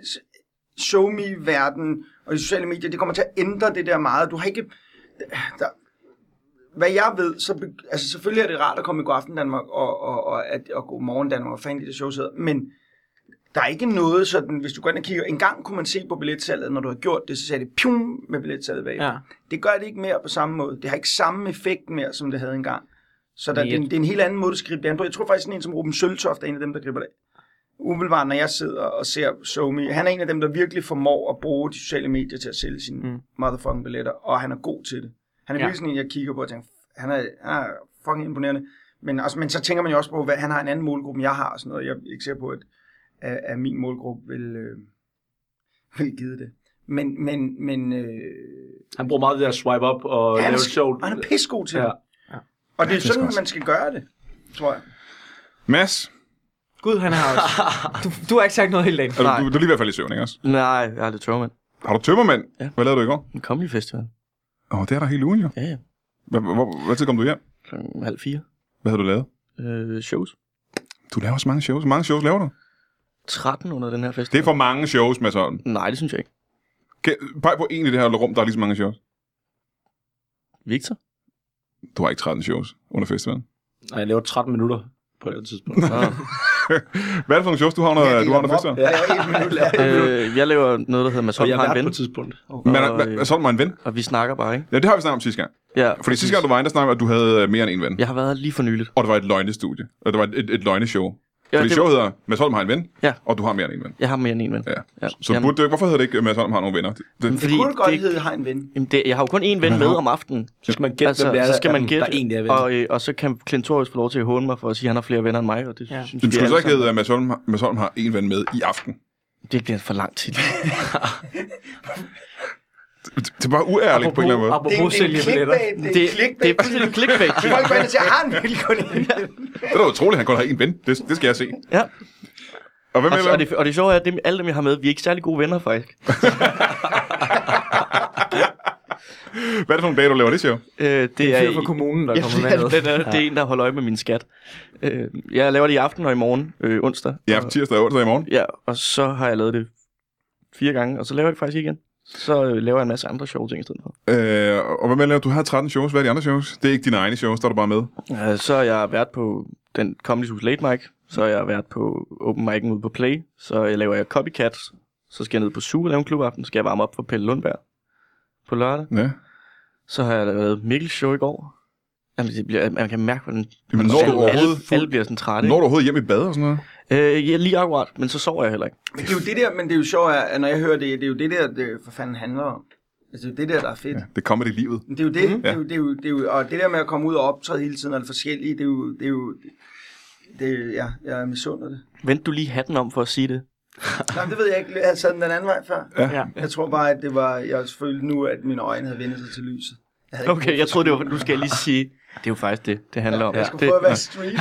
show me verden og de sociale medier, det kommer til at ændre det der meget. Du har ikke... Der, hvad jeg ved, så be, altså selvfølgelig er det rart at komme i God Aften Danmark og, og, og, at, og God Morgen Danmark og fanden det der shows hedder, men der er ikke noget sådan, hvis du går ind og kigger, en gang kunne man se på billetsalget, når du har gjort det, så sagde det pjum med billetsalget bag. Ja. Det gør det ikke mere på samme måde. Det har ikke samme effekt mere, som det havde engang. Så der, Men det, er en, det er en helt anden måde, du skal gribe det an på. Jeg tror faktisk, sådan en som Ruben Søltoft er en af dem, der griber det af. Umiddelbart, når jeg sidder og ser SoMe, han er en af dem, der virkelig formår at bruge de sociale medier til at sælge sine mm. Mm. motherfucking billetter, og han er god til det. Han er Ja. virkelig sådan en, jeg kigger på og tænker, han er, han er fucking imponerende. Men, også, men så tænker man jo også på, hvad han har en anden målgruppe, end jeg har, og sådan noget. Jeg er ikke sikker på, at, at, at min målgruppe vil, øh, vil give det. Men, men, men øh, Han bruger meget det der swipe up og Ja, lave han, et er, sjovt. han er pissegod til ja. Ja. det. Og det er det sådan, skal også. man skal gøre det, tror jeg. Mads, Gud, han har også. Du, du har ikke sagt noget hele dagen. er du, Nej. du, du er lige i hvert fald i søvn, ikke også? Nej, jeg er lidt tørmand. Har du tømmermænd? Ja. Hvad lavede du i går? En comedy festival. Åh, oh, det er der hele ugen, jo. Ja, ja. Hvad, hvor, hvad tid kom du hjem? Klokken halv fire. Hvad havde du lavet? Øh, shows. Du laver så mange shows. Hvor mange shows laver du? 13 under den her festival. Det er for mange shows, Mads Holm. Nej, det synes jeg ikke. Kan, peg på en i det her rum, der er lige så mange shows. Victor? Du har ikke 13 shows under festivalen. Nej, jeg laver 13 minutter på et eller andet [laughs] tidspunkt. Nå. Hvad er det for nogle shows, du har under, du har under festivalen? Ja. Jeg er helt vildt. øh, jeg laver noget, der hedder Mads og Holm jeg har har en været på ven. et tidspunkt. Men Og, øh, hvad, så er mig en ven. Og vi snakker bare, ikke? Ja, det har vi snakket om sidste gang. Ja, Fordi sidste gang, du var inde, der snakkede vi om, at du havde øh, mere end en ven. Jeg har været her lige for nyligt. Og det var et løgnestudie. Og det var et, et, et løgneshow. Ja, Fordi det- showet hedder, Mads Holm har en ven, Ja. og du har mere end en ven. Jeg har mere end en ven. Ja. Ja. Så burde det, ikke- hvorfor hedder det ikke, at Mads Holm har nogle venner? Det, det, fordi Kunne du godt det, hedde, har en ven? jamen det, jeg har jo kun én ven med om aftenen. Så skal man gætte, altså, hvem det er, så skal der- man der er en, der er gætte, ven. og, øh, og så kan Clint Torres få lov til at håne mig for at sige, at han har flere venner end mig, og det ja. Ja. synes det vi skulle så alle ikke sammen- hedde, at Mads Holm, har- Mads Holm har en ven med i aften. Det bliver for lang tid. Det, det er bare uærligt på en eller anden måde. Det er, apropos det er en sælge billetter. clickbait. Det er det, en det er clickbait. fuldstændig clickbait. Det er folk, der siger, har en ven kun en ven. Det er da utroligt, at han kun har en ven. Det, det skal jeg se. ja. Og hvem Og, er så, Altså, og, det, og det sjove er, at dem, alle dem, jeg har med, vi er ikke særlig gode venner, faktisk. Hvad er det for nogle dage, du laver det show? Øh, det, Det er, er fra kommunen, der ja, kommer det, med er, noget. den er, det er en, der holder øje med min skat. Øh, jeg laver det i aften og i morgen, øh, onsdag. Ja, Og, tirsdag og onsdag i morgen. ja, og så har jeg lavet det fire gange, og så laver jeg det faktisk igen. Så øh, laver jeg en masse andre sjove ting i stedet for. Øh, og hvad med, at lave? du har 13 shows. Hvad er de andre shows? Det er ikke dine egne shows, der er du bare med. Øh, så har jeg været på den Comedy Hus Late Mic, så har jeg været på Open Mic'en ude på Play, så jeg laver jeg Copycat, så skal jeg ned på Zoo og lave en klubaften, så skal jeg varme op for Pelle Lundberg på lørdag. Ja. Så har jeg lavet Mikkel show i går. Jamen, det bliver, man kan mærke, hvordan Jamen, når du alle, alle, overhovedet, alle bliver sådan trætte. når du overhovedet hjem i bad og sådan noget? Øh, ja, lige akkurat, men så sover jeg heller ikke. Men det er jo det der, men det er jo sjovt, at når jeg hører det, det er jo det der, det for fanden handler om. Altså, det er jo det der, der er fedt. Ja, det kommer det i livet. Men Det er jo det, mm. det, er jo, det, er jo, det er jo, og det der med at komme ud og optræde hele tiden, og det forskellige, det er jo, det er jo, det er, jo- ja, jeg er misunder det. Vent du lige hatten om for at sige det. Nej, det ved jeg ikke, jeg sad den den anden vej før. Ja. Jeg tror bare, at det var, jeg følte nu, at mine øjne havde vendt sig til lyset. Jeg havde ikke Okay, jeg troede, det var, nu skal jeg lige sige, det er jo faktisk det, det handler om. jeg skulle Det, prøve at være street.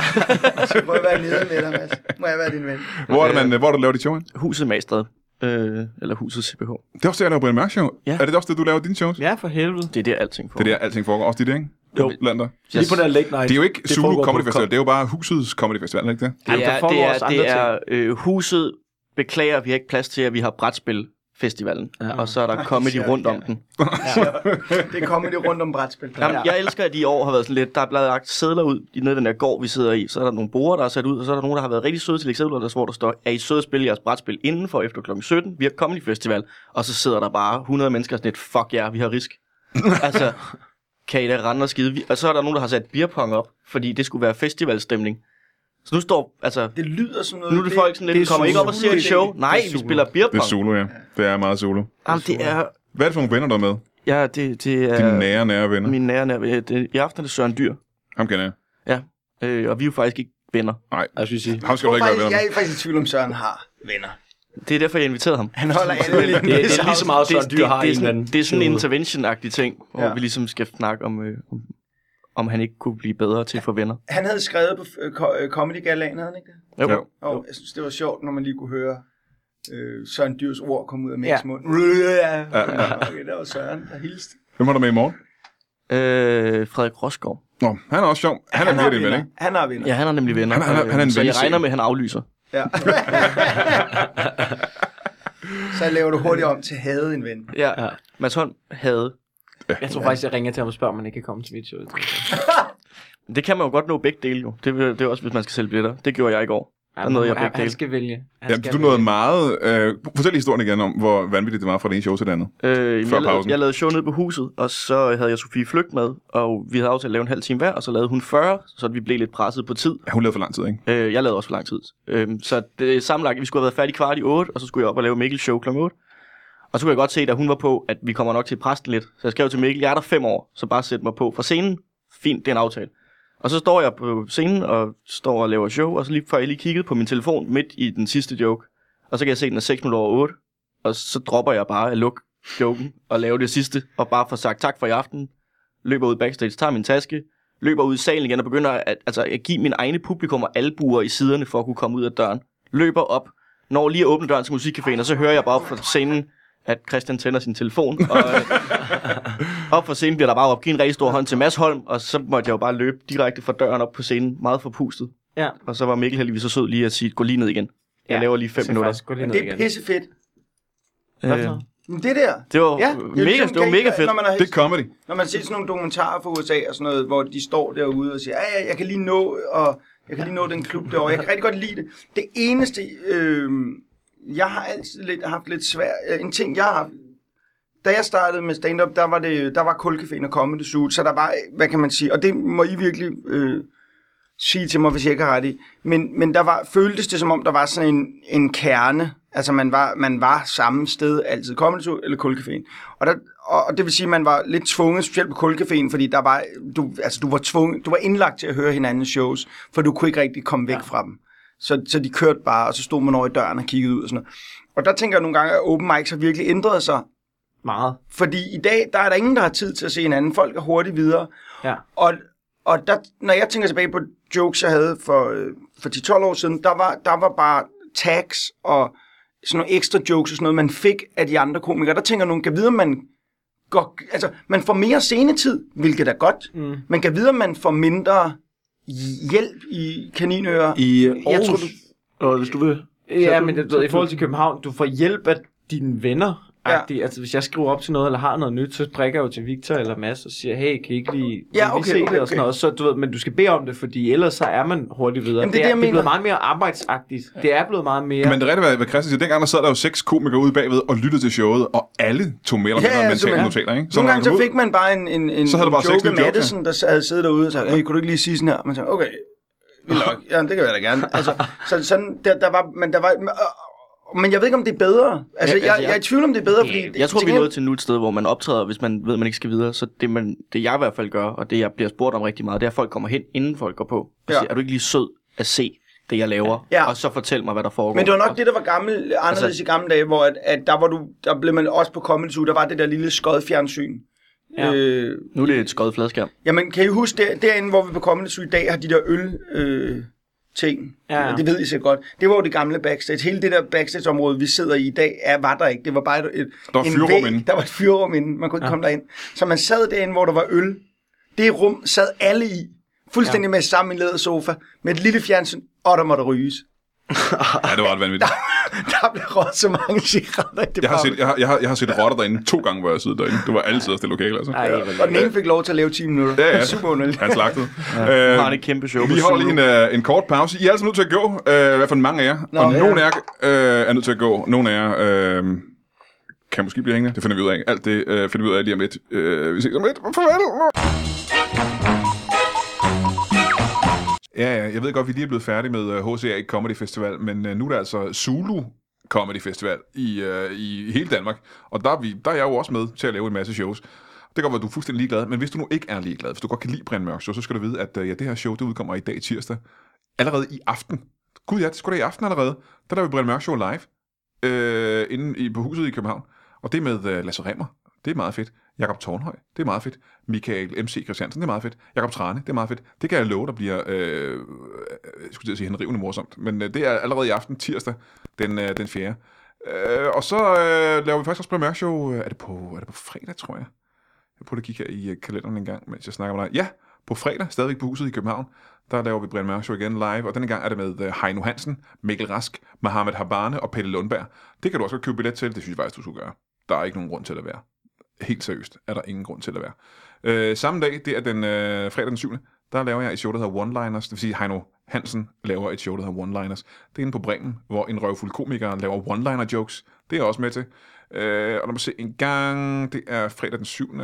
Jeg skulle prøve at være leder med dig, Mads. Må jeg være din ven? Hvor er det, man, øh, hvor er det, du laver dit show? hen? huset Magstred, øh, eller huset CPH. Det er også det, jeg laver Brian Mørk show. Ja. Er det også det, du laver dine shows? Ja, for helvede. Det er der, alting på. Det er der, alting foregår. Også dit, ikke? Jo. Lander. Lige på den her late Altså, night. Det er jo ikke Zulu foregår på Comedy et Festival, det er jo bare husets Comedy Festival, er det ikke det? det Jamen, der er, foregår det er, også det andre er øh, huset beklager, vi har ikke plads til, at vi har brætspil festivalen. Ja. Og så er der comedy sjovt, rundt ja. om den. Det er comedy rundt om brætspil. Jamen, jeg elsker, at de i år har været sådan lidt, der er blevet lagt sædler ud i nede i den der gård, vi sidder i. Så er der nogle borer, der er sat ud, og så er der nogen, der har været rigtig søde til at lægge sædler, der, hvor der står, er I søde at spille jeres brætspil indenfor efter kl. 17? Vi har Comedy Festival. Og så sidder der bare 100 mennesker sådan lidt, fuck jer, yeah, vi har risk. altså, kan I da rende og skide? Vi- Og så er der nogen, der har sat beerpong op, fordi det skulle være festivalstemning. Så nu står, altså, Det lyder som noget... nu er det folk sådan lidt, det er det kommer I ikke op og Zulu, ser et det er- show. det er Nej, vi Zulu. spiller Det er beerpong. Zulu, ja. Det er meget Zulu. Jamen, det er, Hvad er det for nogle venner, der er med? ja, det, det er Øh, Dine nære, nære venner. min nære, nære det, I aften er det Søren Dyr. Ham kender jeg. Øh, og vi er jo faktisk ikke venner. Jeg skulle sige, Ham skal du Jeg, ikke være faktisk, venner jeg med. er faktisk i tvivl om, Søren har venner. [laughs] Det er derfor, jeg inviterede ham. Han holder alle lidt. det, det er lige så meget, sådan dyr har det, i er sådan, hinanden. det er sådan en intervention-agtig ting, hvor Ja. ja. vi ligesom skal snakke om, øh, om, om han ikke kunne blive bedre til at få venner. Han havde skrevet på øh, ko- øh, Comedy Galaen, havde han ikke det? Jo. Jo. Jo. Og jeg synes, det var sjovt, når man lige kunne høre øh, Søren Dyrs ord komme ud af Miks Ja. mund. Ja. ja. Okay, der var Søren, der hilste. Hvem er der med i morgen? Øh, Frederik Rosgaard. Nå, han er også sjov. Han er med har i det, vinder. ikke? Han har vinder. Ja, han er nemlig venner. Han er- han er- øh, han er en så jeg velseer. regner med, at han aflyser. Ja. [laughs] Så laver du hurtigt om til havde en ven. Ja. Ja. ja. Mads Holm havde. Jeg tror faktisk, jeg ringer til ham og spørger, om han ikke kan komme til mit show. Det kan man jo godt nå begge dele jo. Det, vil- det er også, hvis man skal sælge billetter. Det gjorde jeg i går. Ja, Der nåede jeg han- begge Han dele. skal vælge. Han Ja, skal du vælge. nåede meget... Øh, fortæl historien igen om, hvor vanvittigt det var fra det ene show til det andet. Før Øh, jeg, lavede, pausen. jeg lavede show nede på huset, og så havde jeg Sofie Flygt med, og vi havde aftalt at lave en halv time hver, og så lavede hun 40, så vi blev lidt presset på tid. Ja, hun lavede for lang tid, ikke? Øh, jeg lavede også for lang tid. Øh, så det, sammenlagt, vi skulle have været færdige kvart i 8, og så skulle jeg op og lave Mikkel show kl. 8. Og så kunne jeg godt se, da hun var på, at vi kommer nok til præsten lidt. Så jeg skrev til Mikkel, jeg er der fem år, så bare sæt mig på fra scenen. Fint, det er en aftale. Og så står jeg på scenen og står og laver show, og så lige før jeg lige kiggede på min telefon midt i den sidste joke, og så kan jeg se, at den er 6 minutter over 8, og så dropper jeg bare at lukke joken og lave det sidste, og bare få sagt tak for i aften, løber ud backstage, tager min taske, løber ud i salen igen og begynder at, altså, at give min egne publikum og albuer i siderne for at kunne komme ud af døren. Løber op, når lige at åbne døren til musikcaféen, og så hører jeg bare op fra scenen, at Christian tænder sin telefon. Og, øh, op fra scenen bliver der bare op, giv en rigtig stor hånd til Mads Holm, og så måtte jeg jo bare løbe direkte fra døren op på scenen, meget forpustet. Ja. Og så var Mikkel heldigvis så sød lige at sige, gå lige ned igen. Jeg Ja, laver lige fem Så minutter. faktisk gå lige ned Det er igen. pissefedt. Hvad for Øh, noget? Men det der. Det var, ja, jo mega, ligesom, det var kan I- mega fedt. Når man, har, Det er comedy. når man ser sådan nogle dokumentarer fra USA og sådan noget, hvor de står derude og siger, ja, ja, jeg kan lige nå, og jeg kan lige nå den klub derovre. Jeg kan rigtig godt lide det. Det eneste, øh, jeg har altid lidt, haft lidt svært, øh, en ting jeg har haft, da jeg startede med stand-up, der var, det, der var kulcaféen og Comedy Zoo, så der var, hvad kan man sige, og det må I virkelig øh, sige til mig, hvis jeg ikke har ret i, men, men der var, føltes det som om, der var sådan en, en kerne, altså man var, man var samme sted altid, Comedy Zoo eller kulcaféen. Og, der, og, og det vil sige, at man var lidt tvunget, specielt på kulcaféen, fordi der var, du, altså, du, var tvunget, du var indlagt til at høre hinandens shows, for du kunne ikke rigtig komme væk ja. fra dem. Så, så de kørte bare, og så stod man over i døren og kiggede ud og sådan noget. Og der tænker jeg nogle gange, at open mics har virkelig ændret sig, Meget. fordi i dag, der er der ingen, der har tid til at se hinanden. Folk er hurtigt videre. Ja. Og, og der, når jeg tænker tilbage på jokes, jeg havde for, øh, for 10-12 år siden, der var, der var bare tags og sådan nogle ekstra jokes og sådan noget, man fik af de andre komikere. Der tænker nogen, kan vide, om man går, altså, man får mere scenetid, hvilket er godt. Mm. Man kan vide, om man får mindre hjælp i kaninører. I øh, Jeg Aarhus, tror, og hvis du vil. Ja, du- men det, du ved, i forhold til København, du får hjælp af dine venner. Ja. Altså, hvis jeg skriver op til noget, eller har noget nyt, så prikker jeg jo til Victor eller Mads og siger, hey, kan I ikke lige Ja, kan I okay, se okay, det? Og sådan okay. noget. Så, du ved, men du skal bede om det, fordi ellers så er man hurtigt videre. Jamen, det er det, jeg det er blevet mener. meget mere arbejdsagtigt. Det er blevet meget mere... Men det er rigtigt, hvad- hvad Christian siger. Dengang der sad der jo seks komikere ude bagved og lyttede til showet, og alle tog mere eller Ja, mindre ja, mentale simpelthen. notater, ikke? Nogle når gange han så kom ud- fik man bare en, en, en, Så havde en du bare seks joke nye med jokes, ja. Madison, der havde siddet derude og sagde, hey, kunne du ikke lige sige sådan her? Man sagde, okay, vildt [laughs] nok. ja, det kan jeg da gerne. Altså, så, sådan, der, der var, men der var, men, øh, men jeg ved ikke, om det er bedre. Altså, Ja, jeg, altså, jeg, jeg- er i tvivl, om det er bedre, fordi... Jeg tror, til vi er gengæld- nået til nu et sted, hvor man optræder, hvis man ved, man ikke skal videre. Så det, man, det jeg i hvert fald gør, og det jeg bliver spurgt om rigtig meget, det er, at folk kommer hen, inden folk går på. Og Ja. ja. siger, er du ikke lige sød at se det, jeg laver? Ja. Og så fortæl mig, hvad der foregår. Men det var nok det, der var gammel, anderledes altså, Altså- i gamle dage, hvor at, at der, var du, der blev man også på Comedy Zoo, der var det der lille skodfjernsyn. Ja. Ja. Øh, Nu er det et skøjet fladskærm. jamen, kan I huske, der, derinde, hvor vi på Comedy Zoo i dag har de der øl... Øh, ting. Ja, ja. Det ved I så godt. Det var jo det gamle backstage. Hele det der backstage-område, vi sidder i i dag, er, var der ikke. Det var bare et, et Der var en fyrrum væg. inde. Der var et fyrrum inde. Man kunne ikke ja. komme derind. Så man sad derinde, hvor der var øl. Det rum sad alle i. Fuldstændig ja. med sammen i sofa. Med et lille fjernsyn. Og der måtte ryges. [laughs] Ja, det var ret vanvittigt. Der blev røget så mange cigaretter i det Jeg har, program. set, jeg, har, jeg, har, jeg har set rotter derinde to gange, hvor jeg har siddet derinde. Det var altid det lokale, altså. Ej, hvor Og den ene fik lov til at lave 10 minutter. Ja, [laughs] ja. Super underligt. Han slagtede. Nu Øh, har han et kæmpe show. på Vi holder lige Zulu. en, øh, en kort pause. I er altså nødt til at gå, øh, i hvert fald mange af jer. Nå, og ja. nogle af jer øh, er nødt til at gå. Nogle af jer øh, kan måske blive hængende. Det finder vi ud af. Alt det øh, finder vi ud af lige om lidt. Øh, vi ses om lidt. Farvel! Ja, ja, jeg ved godt, vi lige er blevet færdige med øh, HCA Comedy Festival, men øh, nu er der altså Zulu Comedy Festival i, øh, i hele Danmark. Og der er, vi, der er jeg jo også med til at lave en masse shows. Det kan godt være, at du er fuldstændig ligeglad, men hvis du nu ikke er ligeglad, hvis du godt kan lide Brian Mørk Show, så skal du vide, at øh, ja, det her show det udkommer i dag tirsdag, allerede i aften. Gud ja, det skulle da i aften allerede. Der laver vi Brian Mørk Show live øh, inde i, på huset i København. Og det med øh, Lasse Remmer, det er meget fedt. Jakob Tornhøj, det er meget fedt. Michael MC Christiansen, det er meget fedt. Jakob Trane, det er meget fedt. Det kan jeg love, der bliver, øh, øh, jeg skulle til at sige henrivende morsomt, men øh, det er allerede i aften, tirsdag, den, øh, den 4. Øh, og så øh, laver vi faktisk også Brian Show, Øh, er det, på, er det på fredag, tror jeg? Jeg prøver at kigge her i øh, kalenderen en gang, mens jeg snakker med dig. Ja, på fredag, stadigvæk på huset i København, der laver vi Brian Mørk Show igen live, og denne gang er det med øh, Heino Hansen, Mikkel Rask, Mohamed Habane og Pelle Lundberg. Det kan du også godt købe billet til, det synes jeg faktisk, du skulle gøre. Der er ikke nogen grund til at være. Helt seriøst er der ingen grund til at være. Øh, samme dag, det er den øh, fredag den 7., der laver jeg et show, der hedder One-Liners. Det vil sige, Heino Hansen laver et show, der hedder One-Liners. Det er inde på Bremen, hvor en røvfuld komiker laver one-liner-jokes. Det er jeg også med til. Øh, og lad mig se en gang. Det er fredag den 7.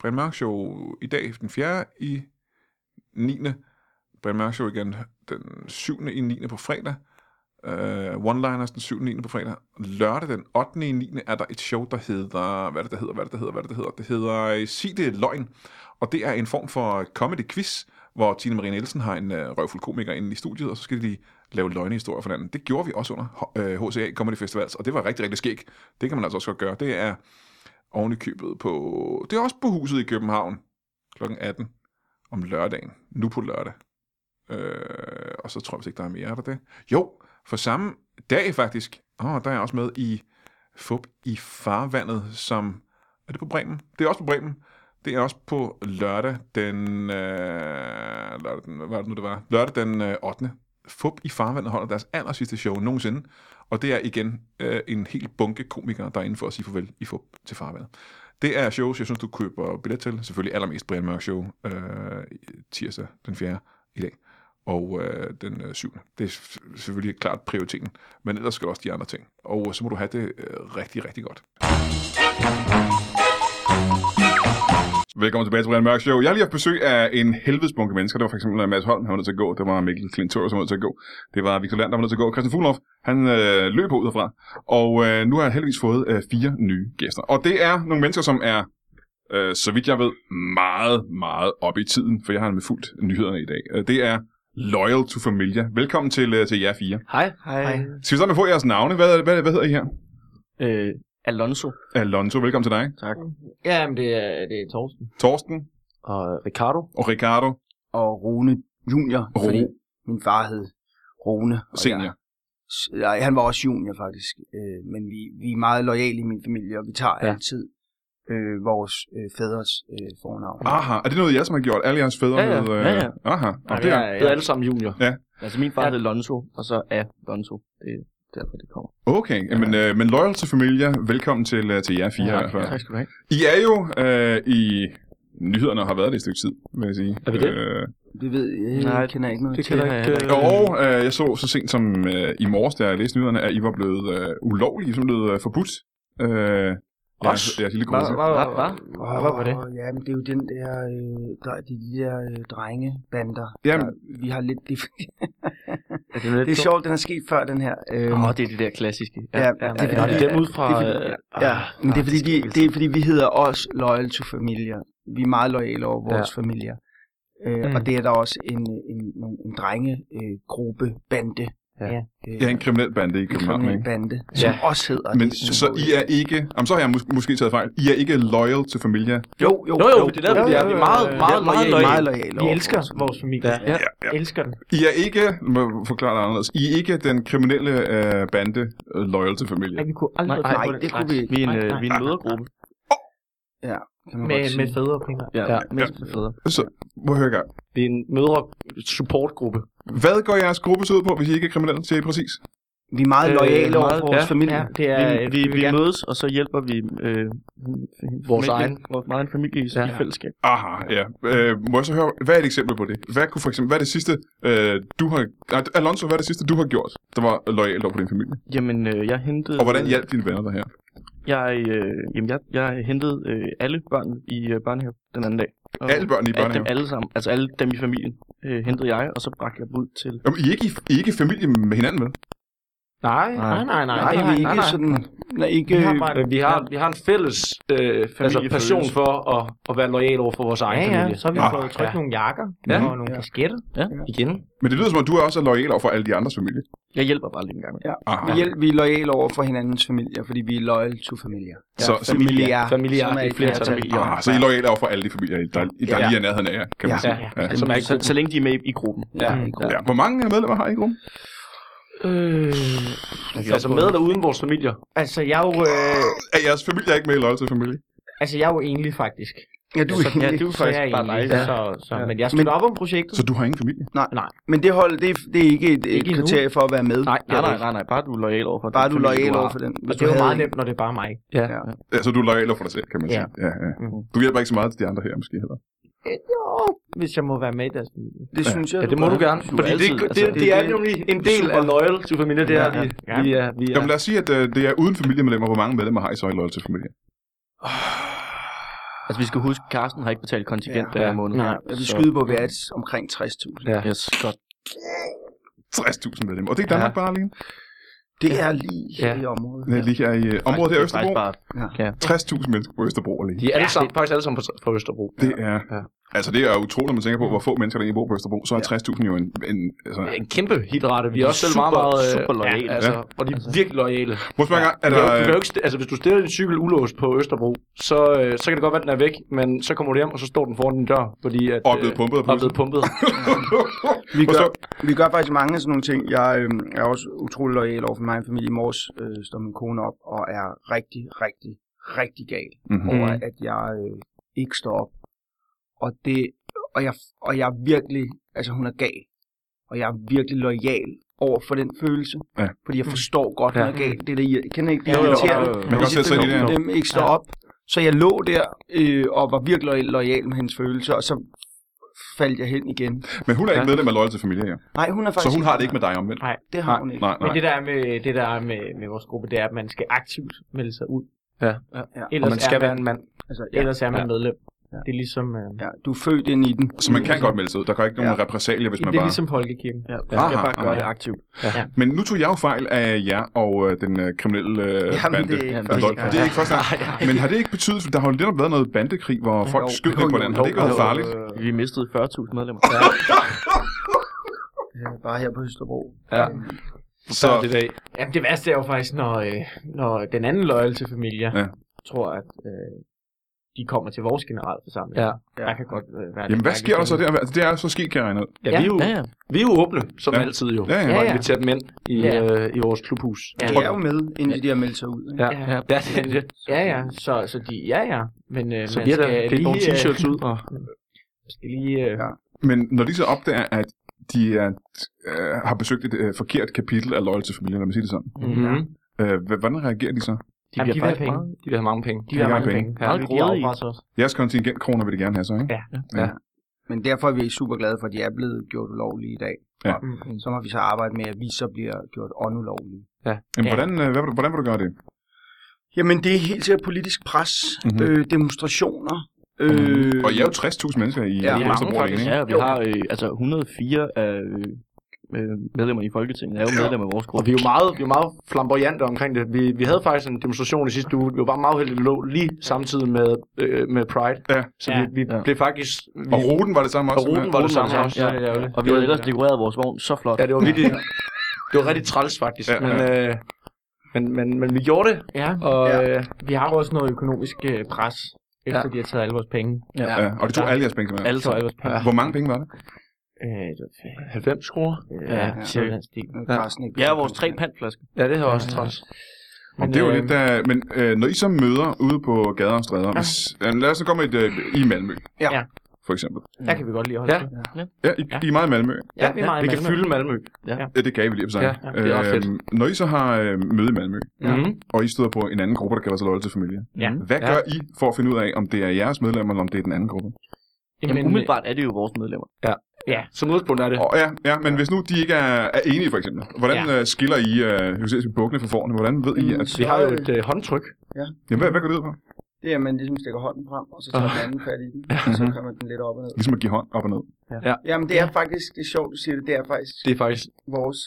Brian Mørk Show i dag, den 4. i 9. Brian Mørk Show igen den 7. i 9. på fredag. Uh, One-liners den 7. 9. på fredag. Lørdag den 8. i 9. er der et show, der hedder... Hvad er det, der hedder? Hvad er det, der hedder? Hvad er det, der hedder? Det hedder øh, Sig det er løgn. Og det er en form for comedy quiz, hvor Tine Marie Nielsen har en øh, røvfuld komiker inde i studiet, og så skal de lave løgnehistorier for hinanden. Det gjorde vi også under øh, HCA Comedy Festivals, og det var rigtig, rigtig skæg. Det kan man altså også godt gøre. Det er oven i købet på... Det er også på huset i København kl. 18 om lørdagen. Nu på lørdag. Øh, og så tror jeg vist ikke, der er mere, er der det? Jo, for samme dag faktisk, åh, der er jeg også med i FUB i farvandet, som... Er det på Bremen? Det er også på Bremen. Det er også på lørdag den... Øh, lørdag den hvad var det nu, det var? Lørdag den øh, 8. FUB i farvandet holder deres aller sidste show nogensinde. Og det er igen øh, en helt bunke komikere, der er inde for at sige farvel i FUB til farvandet. Det er shows, jeg synes, du køber billet til. Selvfølgelig allermest Brian Mørk Show øh, tirsdag den 4. i dag og øh, den øh, syvende. Det er s- selvfølgelig klart prioriteten, men ellers skal også de andre ting. Og så må du have det øh, rigtig, rigtig godt. Velkommen tilbage til Brian Mørk Show. Jeg har lige haft besøg af en helvedes bunke mennesker. Det var for eksempel øh, Mads Holm, han var nødt til at gå. Det var Mikkel Klintor, som var nødt til at gå. Det var Victor Land, der var nødt til at gå. Christian Fuglhoff, han øh, løb ud herfra. Og øh, nu har jeg heldigvis fået øh, fire nye gæster. Og det er nogle mennesker, som er øh, så vidt jeg ved, meget, meget op i tiden, for jeg har nemlig fulgt nyhederne i dag. Øh, Det er Loyal to Familia. Velkommen til, øh, til jer fire. Hej. Hej. Skal vi starte med at få jeres navne? Hvad, hvad, hvad hedder I her? Øh, Alonso. Alonso, velkommen til dig. Ja, men det er, det er Torsten. Torsten Og Ricardo. og Ricardo Og Rune Junior. Ro- Fordi min far hed Rune. og Senior. jeg- Nej, han var også junior faktisk. Øh, men vi, vi er meget lojale i min familie, og vi tager ja. Ja. altid øh, vores øh, fædres øh, fornavn. Ah. Aha, er det noget, jeg som har gjort? Alle jeres fædre Ja, ja. med... Øh... Ja, ja. Aha, Nå, det er... ja, Det er alle sammen junior. Altså min far Ja. hed Lonzo, og så er Lonzo. Det er derfor, det kommer. Okay, men, øh, men Loyal til Familia, velkommen til, øh, til jer fire i hvert fald. tak skal du have. I er jo øh, i nyhederne og har været det et stykke tid, vil jeg sige. Er vi det? Øh, Det ved jeg, Nej, jeg kender ikke noget det til. kender jeg heller ikke. og øh, jeg så så sent som øh, i morges, da jeg læste nyhederne, at I var blevet øh, ulovlige, som blevet øh, forbudt. Øh, jeres, jeres lille gruppe. Hvad? Hvad? Og, Hvad var det? Og, ja, men det er jo den der, øh, der de, de der øh, drengebander. Jamen. Der, vi har lidt... Det, Er det, lidt det er sjovt, den er sket før, den her. Øhm, Åh, det er det der klassiske. Ja, det er Nå, det er dem ud fra... det er fordi- øh, ja, men det er, fordi, de, det er fordi, vi hedder også loyal to familier. Vi er meget loyale over vores ja. familier. Øh, mm. Og det er der også en, en, en, en drengegruppe, øh, gruppe, bande. Ja. Øh, Ja, en kriminel bande i København, kriminel ikke? bande, som ja. også hedder Men det. så I er ikke... Jamen, så har jeg mås- måske taget fejl. I er ikke loyal til Familia. Jo, jo, Jo, jo, det er derfor, vi er. Vi er meget, meget, meget, meget, loyale. meget loyale Vi over elsker vores- vores familie. Ja. Ja. Ja, ja. Elsker den. I er ikke... Må forklare det anderledes. I er ikke den kriminelle øh, bande øh, loyal til Familia. Ej, vi kunne aldrig Nej, finde nej, på det kunne vi ikke. Vi er en, Nej, øh, nej. vi er en mødergruppe. kan man Med, godt sige. med fædre primært. Ja, Ja. ja. mest med fædre. Så, må jeg høre i gang. Vi er en mødre supportgruppe. Hvad går jeres gruppe så ud på, hvis I ikke er kriminelle? Siger I præcis? Vi er meget Øh, loyale over meget- for vores ja, familie. Ja, det er, Vi, vi, vil vi gerne- mødes, og så hjælper vi øh, Vores familie- egen. vores egen familie i ja. fællesskab. Aha, ja. Øh, må jeg så høre, hvad er et eksempel på det? Hvad kunne for eksempel, hvad er det sidste, øh, du har... Nej, Alonso, hvad er det sidste, du har gjort, der var lojal over for din familie? Jamen, øh, jeg hentede... Og hvordan hjalp dine venner der her? Jeg, øh, jamen, jeg, jeg hentede øh, alle børn i øh, børnehave den anden dag. Og, Alle børn i Alle børnehave? Dem alle sammen, altså alle dem i familien, øh, hentede jeg, og så bragte jeg dem ud til... Jamen, I er ikke, i- I er ikke familie med hinanden, vel? Nej. Nej, nej, nej. Nej, det vi har- er ikke sådan... Nej, ikke... Vi har bare- Vi har, vi har en fælles øh, altså passion for at, at være lojal over for vores egen Ja, ja, familie. så har vi Nå, fået trykt ja. nogle jakker Ja. og nogle kasketter. Igen. Men det lyder som om, du er også lojal over for alle de andres familie. Jeg hjælper bare lige en gang. Aha. Vi Ja. hjælp- Vi er lojale over for hinandens familier, fordi vi er loyal to familier. Så, så, Familier. Familier, som er det er et flere flertal. familier. ah, så I er lojal over for alle de familier, der, der Ja. lige er i nærheden af jer, kan man Ja. sige. Ja. Som er i Så, så længe de er med i, i gruppen. Ja, Mm. Ja. Hvor mange medlemmer har I i gruppen? gruppen. Altså med eller uden vores familier. Altså, jeg er jo, øh, Er jeres familie ikke med i Loyal til Familie? altså, jeg er jo enlig faktisk. ja du er Ja, egentlig. du er faktisk bare dig. dig. Så, så, Men jeg støtter op om projektet. Så du har ingen familie? Men det hold, det er, det er ikke et, Ikke et endnu. kriterie for at være med. Nej, nej, nej, nej, nej, bare du er lojal over for Bare den du er familie, lojal har. over for den. Og Hvis det er du jo meget havde nemt, når det er bare mig. Ja. Ja. Ja, så du er lojal over for dig selv, kan man Ja. sige. Ja, ja. Mhm. Du hjælper ikke så meget til de andre her, måske heller. Øh, Jo, hvis jeg må være med i deres familie. en- det synes jeg. Ja, det må du gerne. Du er Fordi det, altid- det, det, altså- det er nemlig en del af loyal to familie, det er Ja, vi. ja. Vi er, vi Ja. er. Jamen lad os sige, at øh, det er uden familiemedlemmer. Hvor mange medlemmer har I så i Loyal til Familie? Altså, vi skal huske, Carsten har ikke betalt kontingent Ja. ja. hver måned. Nej. Jeg vil Så- skyde på, at vi er et- omkring 60.000. Ja. Yes, godt. 60.000 medlemmer. Og det er Danmark ja. bare alene. Det er lige Ja. ja. i området. Ja. Lige her i øh, området her i Det er Østerbro. faktisk bare- 60.000 mennesker på Østerbro alene. De er alle sammen, faktisk alle sammen på, på Østerbro. Det er, Ja. ja. altså det er utroligt, når man tænker på, hvor få mennesker der egentlig bor på Østerbro. Så er 60.000 jo en... en altså, Det er en kæmpe hitrate. Vi er også selv super, meget, meget... øh, super lojale. Ja, altså, og de er virkelig lojale. Prøv at spørge en gang, er Du der... kan jo- du kan jo ikke, st- altså, hvis du stiller din cykel ulåst på Østerbro, så, øh, så kan det godt være, at den er væk, men så kommer du hjem, og så står den foran din dør, fordi at, øh, Og er blevet pumpet af og er blevet [laughs] pumpet. Vi Forstå. gør, vi gør faktisk mange af sådan nogle ting. Jeg øh, er også utrolig lojal over for mig og familie. I morges øh, står min kone op og er rigtig, rigtig, rigtig gal Mhm. over, at jeg øh, ikke står op. Og, det, og, jeg, og jeg er virkelig, altså hun er gal, og jeg er virkelig lojal over for den følelse. Ja. Fordi jeg forstår godt, hun Ja. er gal. Det der, jeg kender ikke det Jo, jo, jo, irriterende. jo, jo. Man kan godt sætte sig ind i det, ja. Dem ikke står op. Så jeg lå der øh, og var virkelig lojal- lojal med hendes følelse, og så faldt jeg hen igen. Men hun er ikke Ja. medlem af Loyal til Familie her. Nej, hun er faktisk Så hun har det ikke med dig omvendt. Nej. Det har hun ikke. Nej, Men nej. det der er med, det der er med, med vores gruppe, det er, at man skal aktivt melde sig ud. ja, ja. Og Ellers man skal er man, være en mand. Altså, ja, ellers er man Ja. medlem. Ja. Det er ligesom, øh, ja, du er født ind i den. Så man kan godt melde sig ud. Der går ikke nogen Ja. repressalier, hvis man det er bare... ligesom folkekirken. Ja, Aha, jeg skal bare gøre aha. det aktivt. Men nu tog jeg jo fejl af jer og øh, den øh, kriminelle øh, Jamen, bande. det er ikke af første Loyal. gang. det er ikke første gang. Men har det ikke betydet, for der har jo netop været noget bandekrig, hvor folk Jo, skød jo, ind på jo, hinanden. Har det ikke været farligt? Vi mistede 40.000 medlemmer. Ja, bare her på Østerbro. Ja. Så Så- er det i dag. Jamen, det værste er jo faktisk, når, øh, når den anden loyal til familie Ja. tror, at øh, de kommer til vores generalforsamling. Ja. Der kan godt øh, være Jamen, lidt hvad sker der så mærkeligt. der? Altså, det er så sket, kan jeg regne ud. Ja, vi, er jo, Ja, ja. vi er jo åbne, som Ja. ja. altid jo. Ja, ja. Og Ja, ja. inviterer dem ind i, Ja. øh, i vores klubhus. Ja. De er jo med, indtil de har meldt sig ud. Ikke? Ja, Ja. ja. ja det er det. Ja, ja, så, så de, ja, ja. Men, øh, Så man vi har da skal delt nogle lige, øh, t-shirts ud. Og... skal lige, øh, Men når de så opdager, at de er, øh, har besøgt et øh, forkert kapitel af Loyal til familien, lad mig sige det sådan, Mm-hmm. øh, h- hvordan reagerer de så? De Jamen, bliver de vil have faktisk penge. meget- De vil have mange penge. de vil have mange mange penge. penge. Ja, Meget de grådige. afpresser os. Jeres kontingentkroner vil de gerne have så, ikke? Ja. Men derfor er vi super glade for, at de er blevet gjort ulovlige i dag. Ja. Og Så må vi så arbejde med, at vi så bliver gjort onulovlige. Jamen, Ja. hvordan, øh, hvad, vil du- hvordan vil du gøre det? Jamen, det er helt sikkert politisk pres, Mhm. mm-hmm. øh, demonstrationer. Øh, Og I er jo 60.000 mennesker i Ja, ja, vi er Vesterbro Arena, mange faktisk. ikke? Ja, og vi har øh, altså 104 af øh, øh, medlemmer i Folketinget, er jo medlemmer af vores Og gruppe. vi er jo meget, vi er jo meget flamboyante omkring det. Vi, vi havde faktisk en demonstration i sidste uge. Vi var bare meget heldige, det lå lige samtidig med, øh, med Pride. Ja. Så Ja. vi, vi Ja. blev faktisk... Vi, Og ruten var det samme og også. ruten var det samme samme, også. ja. Ja, ja, ja. Og vi har ellers dekoreret vores vogn så flot. Ja, det var virkelig... Det var rigtig træls faktisk, Ja, ja, ja. men, Øh, men, men, men vi gjorde det, Ja, og ja. øh, vi har jo også noget økonomisk øh, pres, efter ja. Ja. de har taget alle vores penge. Ja. ja, og det tog alle jeres penge med. Alle Så alle vores penge. Hvor mange penge var det? Øh, det var fedt. 90 kroner. Øh, ja, ja. cirka den stil. øh, Carsten, ikke? Ja, og vores tre pandflasker. Ja, det var også træls. Men, det er jo øh, lidt, der, men øh, når I så møder ude på gader og stræder, hvis, øh, lad os så komme et, øh, i Malmø, Ja. Ja. for eksempel. Der kan vi godt lige holde Ja. til. Ja, I, I er meget i Malmø. Ja, vi er meget det i kan Malmø. fylde Malmø. Ja, det kan I vel lige på sig. Øhm, Ja, ja, det er ret fedt. Når I så har øh, møde i Malmø, Mhm. Mm-hmm. og I støder på en anden gruppe, der kalder sig Loyal til Familie. Ja. Hvad Ja. gør I for at finde ud af, om det er jeres medlemmer, eller om det er den anden gruppe? øh, Jamen, umiddelbart er det jo vores medlemmer. Som udgangspunkt er det. Og ja, ja men hvis nu de ikke er, er enige, for eksempel. Hvordan ja. skiller I øh, bukkene fra forne? Hvordan ved Mm. I, at... Vi har jo et øh, håndtryk. Jamen, hvad, hvad går det ud på? Det er, at man ligesom stikker hånden frem, og så tager den anden fat i den, og så kommer den lidt op og ned. Ligesom at give hånd op og ned. Jamen, det er faktisk, det er sjovt, du siger det, det er faktisk Det er faktisk... vores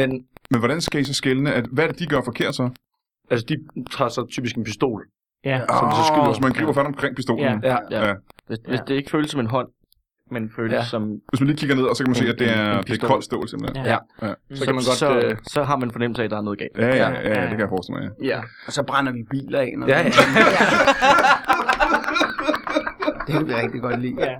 Men Men hvordan skal I så skille, at hvad er det, de gør forkert så? altså, de tager så typisk en pistol. Ja. Som de så skyder. Så man griber fat omkring pistolen. Ja. Ja. Ja. Hvis, ja. hvis det ikke føles som en hånd, men føles ja. Ja. som... Hvis man lige kigger ned, og så kan man se, at det er, En- en det er pistol. kold stål, simpelthen. Ja. Ja. Så, kan man godt, så, øh... så har man en fornemmelse af, at der er noget galt. Ja, ja, Ja, ja, ja. ja, det kan jeg forestille mig. Ja. Ja. Og så brænder vi biler af, når Ja, ja. [laughs] det kan vi rigtig godt lide. Ja.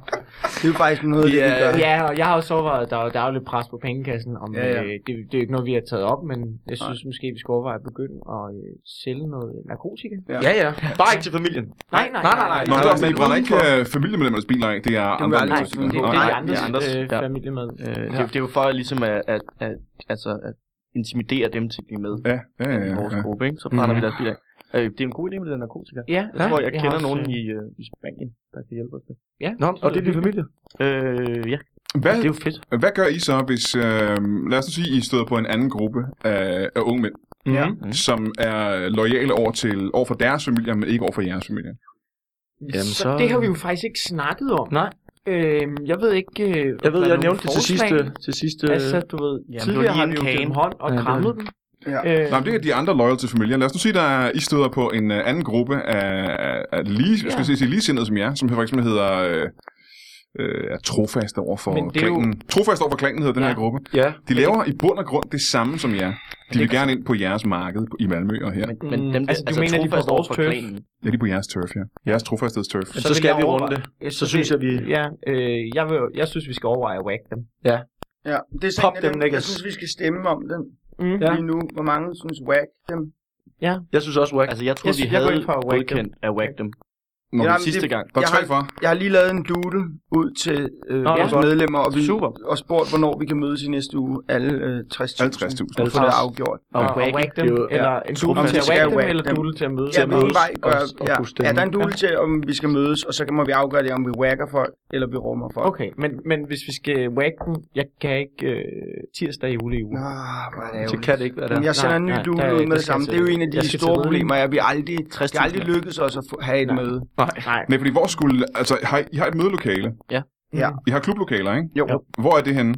Det er jo faktisk noget, af det, vi Ja. gør. Ja, og jeg har også overvejet, at der, er- der er jo lidt pres på pengekassen. Om, ja, Ja, ja. ja. Øh, det, det er jo ikke noget, vi har taget op, men jeg synes Nej. måske, vi skulle overveje at begynde at øh, sælge noget narkotika. [laughs] ja, ja. Bare ikke til familien. Nej, nej, nej. nej, Nå, men Ja, altså, I men brænder ikke øh, familiemedlemmernes biler af, det er andre være menneskers nice, biler. Det, det Nej. er de Nej, andres, det er andres, øh, ja. familie med. Øh, det, ja. det er jo for ligesom at, at, at, altså, at intimidere dem til at blive med Ja, ja, ja, i ja, vores ja. gruppe. Ikke? Så brænder mm. vi deres bil af. Øh, det er en god idé med det der narkotika. Mhm. Ja, Jeg tror, jeg, har kender også, nogen øh, i, øh, i Spanien, der kan hjælpe os. med. Ja, Nå, så og det er din hyggeligt. familie. Øh, ja, Hvad, det er jo fedt. hvad gør I så, hvis, øh, lad os nu sige, I støder på en anden gruppe af, af unge mænd, Ja. mm. som er lojale over, til, over for deres familier, men ikke over for jeres familier? Jamen, så, så- det har vi jo faktisk ikke snakket om. Nej. Øhm, jeg ved ikke... Øh, Jeg ved, der er jeg nogle nævnte det til forslag. sidste... Til sidste Altså, du ved, det var tidligere lige har en vi jo kage. givet dem hånd og Ja, det krammet var- dem. Ja. Øh, Nå, men det er de andre loyal til familien. Lad os nu sige, der er- I støder på en øh, anden gruppe af, af- af lige, Ja. ja. skal jeg sige, ligesindede som jer, som for eksempel hedder øh, øh, er trofaste over for Men det er jo- klanen. Jo... Trofaste over for klanen hedder den Ja. ja. her gruppe. Ja. De laver i bund og grund det samme som jer. De vil gerne ind på jeres marked i Malmø og her. Men, men dem, Mm. der, Altså, altså, du altså, mener, de er på trofast vores overfor turf? klanen. Ja, de er på jeres turf, ja. Jeres trofastheds turf. Så vil skal jeg vi overveje- runde det. Jeg Så synes jeg, vi- Ja, øh, jeg, vil, jeg synes, vi skal overveje at whack dem. Ja. Det er Pop sådan, dem, dem, jeg Niklas. synes, vi skal stemme om den Mm. Ja. ja. lige nu. Hvor mange synes whack dem? Jeg synes også, Wack. Altså, jeg tror, Jeg vi synes, jeg går havde ind for at whack godkendt at whack dem Nå, Ja. ja. Jamen, sidste det- gang. Der er Jeg tre har- for. Jeg har lige lavet en doodle ud til øh, ja. vores medlemmer, og, vi, Super. og spurgt, hvornår vi kan mødes i næste uge. Alle øh, 60.000. 50.000. Og få det afgjort. Og, Ja. og whack dem, Det er jo- eller en duel Om til vi at skal whack dem, whack eller dem. duel til at mødes. Ja, mødes. hvilken vej gør, og- og ja. puste dem. ja, der er en duel til, om vi skal mødes, og så kan må vi afgøre det, om vi whacker folk, eller vi rummer folk. Okay, men, men hvis vi skal whack dem, jeg kan ikke øh, tirsdag i jule i uge. Nå, hvor er det Så ærgerligt. kan det ikke være der. Men jeg sender Nej, en ny nej, duel der- ud der med det skal samme. jeg Det er jo til- en af jeg de skal til store ridning. problemer, at vi aldrig, det 60.000. aldrig lykkedes os at få, have et Nej. møde. Nej, Nej, fordi hvor skulle... Altså, har I, I har et mødelokale. Ja. Ja. I har klublokaler, ikke? Jo. Hvor er det henne?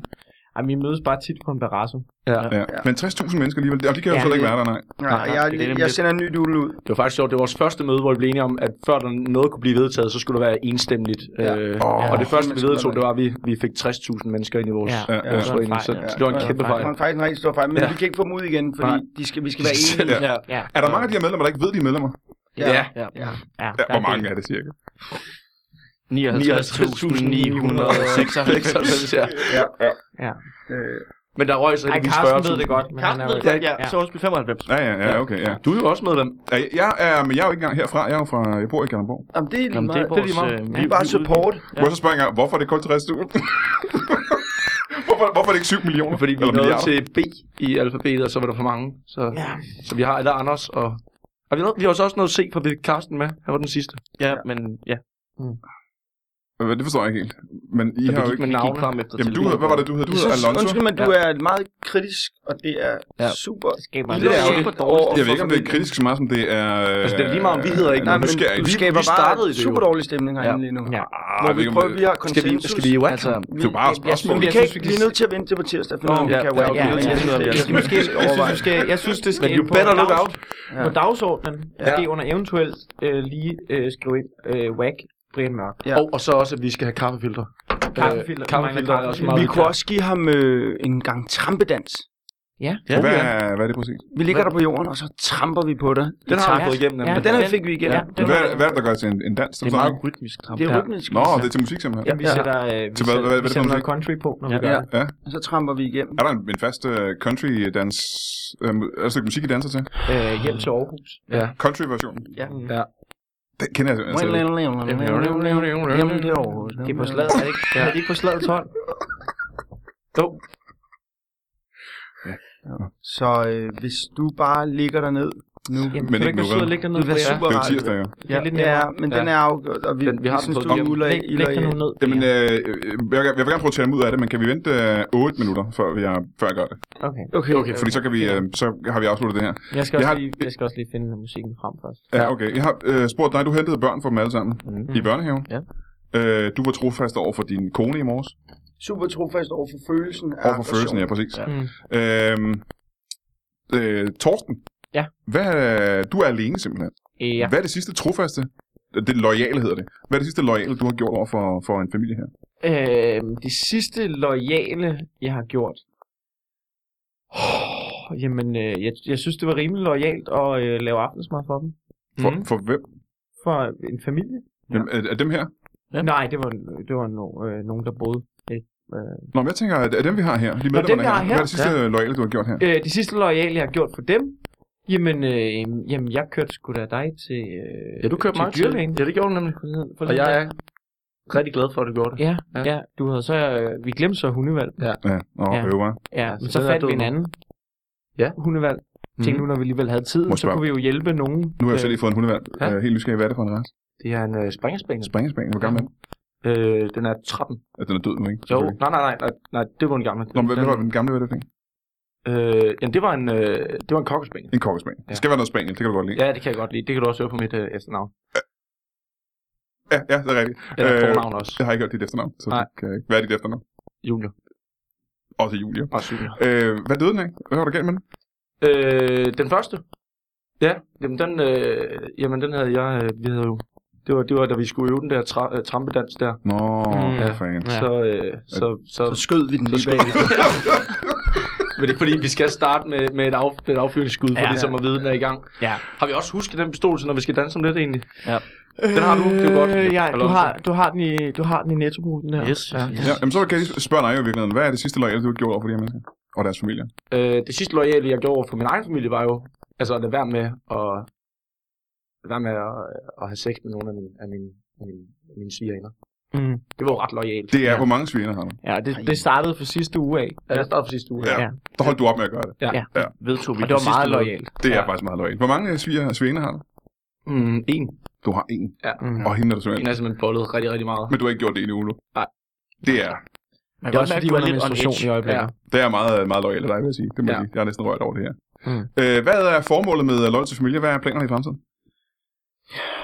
Ej, vi mødes bare tit på en barrasso. Ja. ja. Men 60.000 mennesker alligevel, og de kan jo Ja, ja, slet ikke det- være der, nej. Nej, Nej, jeg, det er nemlig jeg det. sender en ny duel ud. Det var faktisk sjovt. Det var vores første møde, hvor vi blev enige om, at før der noget kunne blive vedtaget, så skulle der være enstemmeligt. Ja. Øh, Åh. og det første, vi Men- vedtog, det var, at vi, vi fik 60.000 mennesker ind i vores Ja. ja. Ja, ja. det var en forening. fejl, Så ja. det var en Ja. kæmpe Det fejl. var faktisk en rigtig stor fejl, men Ja. vi kan ikke få dem ud igen, fordi de skal, vi skal være enige. Ja. Ja, Er der mange af de her medlemmer, der ikke ved, de er medlemmer? Ja. Ja. ja. Ja, der hvor en mange del. er det cirka? 59.996. ja. Ja. Øh, Men der røg så Ej, heldigvis 40.000. Carsten ved det godt, men Carsten han er ved det jo... godt, ja. Så undskyld, 95. Ja, ja, ja, okay, ja. Du er jo også medlem. Ja, Jeg er, men jeg er jo ikke engang herfra. Jeg er jo fra, jeg bor i Kalundborg. jamen, det er lige Jamen, det meget. er Det er vores... lige meget. øh, Det er bare support. Ja. Må jeg så spørge engang, hvorfor er det kun 60 uger? [laughs] hvorfor, hvorfor er det ikke 7 millioner? Fordi vi Eller nåede milliarder? til B i alfabetet, og så var der for mange. Så, ja. så vi har alle Anders og... Og vi har, vi har også noget C på Carsten med. Han var den sidste. Ja, men ja. Øh, Det forstår jeg ikke helt. Men I vi har jo gik ikke... med Vi gik navne. frem efter Jamen, du, hvad var det, du hed? Du Jeg hed synes, Alonso. undskyld, men du Ja. er meget kritisk, og det er Ja. super. Det skaber en Det er jo jo ikke- dårligt. Jeg ved ikke, om det er kritisk så meget, som det er... Altså, det er lige meget, om vi hedder ikke Nej, Nej, men, men skal du vi, skaber vi startede bare i det jo. super dårlig stemning herinde lige nu. Ja. Må jeg ved vi ikke, om prøve, det- vi har Skal vi, konsensus. skal vi jo Altså, det er jo bare et spørgsmål. Men vi, Jeg kan synes, ikke, vi vi kan- er nødt til at vente til på tirsdag, for oh, vi ja, kan ja, ja, okay, vi ja, er nødt til at ja, finde ja. noget, Jeg Skal vi synes, måske måske, jeg synes, overveje. vi skal, jeg synes, det skal Men you ind på, better look out. på dagsordenen. Ja. Måske under eventuelt øh, lige øh, skrive ind øh, whack Brian Mørk. Ja. Og, og så også, at vi skal have kaffefilter. Kaffefilter. Øh, kaffefilter er også Vi meget Vi vigtigt. kunne også give ham øh, en gang trampedans. Ja, Hvad ja. er, hvad er det præcis? Vi ligger der på jorden, og så tramper vi på dig. Den har vi Ja. fået igennem. Ja, nemlig. den her fik vi igen. Ja, den Hvad, var- hvad er det, der gør til en, en dans? Det er meget rytmisk tramp. Det er Ja. rytmisk. Nå, det er til musik simpelthen. Ja, vi Ja. sætter, øh, vi Så hvad- hvad- hvad er sætter, det vi for sætter musik? noget country på, når vi Ja. gør Ja. det. Og så tramper vi igennem. Er der en, en fast uh, country dans... Øh, er der et stykke musik, I danser til? Øh, hjem til Aarhus. Country-versionen? Ja. Ja. Den kender jeg simpelthen til. Jamen, det er overhovedet. Det er på slaget, er det ikke? Er det ikke på slaget 12? Så øh, hvis du bare ligger derned nu. Jamen, Men kan du ikke ikke nu, være sød vel? og lægge dig ned, Det vil være Brian? super Det er jo rart. tirsdag, jo. Det er lidt Ja, nemmere. men den er afgjort, og vi, Den- vi har den synes, fået du igennem. uler Læg, læg dig nu ned. Jamen, Brian. øh, øh, jeg, vil- jeg vil gerne prøve at tale dem ud af det, men kan vi vente øh, 8 minutter, før, jeg, før jeg gør det? Okay. Okay, Okay. Fordi så, kan vi, øh, så har vi afsluttet det her. Jeg skal, Jeg også har- lige, jeg skal også lige finde musikken frem først. Ja, okay. Jeg har øh, spurgt dig, du hentede børn for dem alle sammen mm. i børnehaven. Ja. Øh, du var trofast over for din kone i morges. super trofast over for følelsen. af Over for følelsen, ja, aggression. præcis. Ja. Mm. Øhm, øh, Torsten, Ja. hvad, du er alene simpelthen. Øh, ja. Hvad er det sidste trofaste, det lojale hedder det, hvad er det sidste lojale, du har gjort over for, for en familie her? Øh, det sidste lojale, jeg har gjort. Oh, jamen, øh, jeg, jeg synes, det var rimelig lojalt at øh, lave aftensmad for dem. For, Mhm. for hvem? For en familie. Ja. Dem, er, er dem her? Ja. Nej, det var, det var no, øh, nogen, der boede. Nå, men jeg tænker, at er dem vi har her, de medlemmerne dem, vi har hvad her? er det sidste ja. lojale, du har gjort her? Øh, det sidste lojale, jeg har gjort for dem, jamen, øh, jamen jeg kørte sgu da dig til øh, Ja, du kørte mig til. dyrlægen. Ja, det gjorde du nemlig. Forleden- Og forleden jeg dag. er rigtig glad for, at du gjorde det. Ja, Ja. ja, ja, du havde så, øh, vi glemte så hundevalg. Ja, Nå, ja. Ja. øver. Ja, så men så den er fandt vi død en nu. anden Ja. hundevalg. Tænkte Mhm. nu, når vi alligevel havde tid, Må så spørge. kunne vi jo hjælpe nogen. Nu har jeg øh, selv lige fået en hundevalg. Ja. Øh, helt nysgerrig, hvad er det for en ras? Det er en øh, springerspaniel. Springespanien, hvor gammel er den? Øh, den er 13. At den er død nu, ikke? Jo, Selvfølgelig. nej, nej, nej, nej, nej, det var en gammel. Nå, men hvad, Den- hvad var den gamle, hvad er det for en? Øh, jamen, det var en, øh, det var en kokkespaniel. En kokkespaniel. Ja. Det Ja. skal være noget spaniel, det kan du godt lide. Ja, det kan jeg godt lide. Det kan du også høre på mit øh, efternavn. Ja, ja, det er rigtigt. Eller Øh, øh, fornavn også. Jeg har ikke hørt dit efternavn, så Nej. det kan jeg ikke. Hvad er dit efternavn? Junior. Også Julia. Og Junior. Øh, hvad døde den af? Hvad var der galt med den? Øh, den første? Ja, jamen den, øh, jamen den havde jeg, øh, vi havde jo, det var, det var da vi skulle øve den der tra- øh, trampedans der, Nå, Mm. ja. fan. ja. så, øh, så, så, Så skød vi den lige bag. [laughs] men det er fordi, vi skal starte med, med et, af, et affyringsskud, for ja, ligesom at vide, den er i gang. Ja. Har vi også husket den pistol til, når vi skal danse om lidt egentlig? Den har du, det er godt. Øh, ja, du Alonso. har, du har den i, du har den i netto den her. Yes, yes, Ja. yes. Ja, jamen, så kan jeg lige spørge dig i virkeligheden. Hvad er det sidste lojale, du har gjort over for de her mennesker? Og deres familier? Øh, det sidste lojale, jeg gjorde for min egen familie, var jo, altså at lade være med at, lade være med at, at have sex med nogle af mine, af mine, af mine, af mine svigerinder. Mm. Det var jo ret lojalt. Det er, Ja. hvor mange sviner har du? Ja, det, det startede for sidste uge af. Ja, det startede for sidste uge. Ja. Ja. Der holdt du op med at gøre det. Vedtog vi Og det den var sidste meget måde. lojalt. Det er Ja. faktisk meget lojalt. Hvor mange øh, sviger sviner har du? Mm, en. Du har en. Ja. Mm. Og hende er du En simpelthen. er simpelthen bollet rigtig, rigtig meget. Men du har ikke gjort det endnu, Ulo. Nej. Det er, Man Det kan er også mærke, fordi, du er hun er lidt on menstruation edge. i øjeblikket. det er meget, øh, meget lojalt af dig, vil jeg sige. Det må Ja. ja. jeg, sige. jeg er næsten rørt over det her. Mm. Øh, hvad er formålet med Lojal til Familie? Hvad er planerne i fremtiden?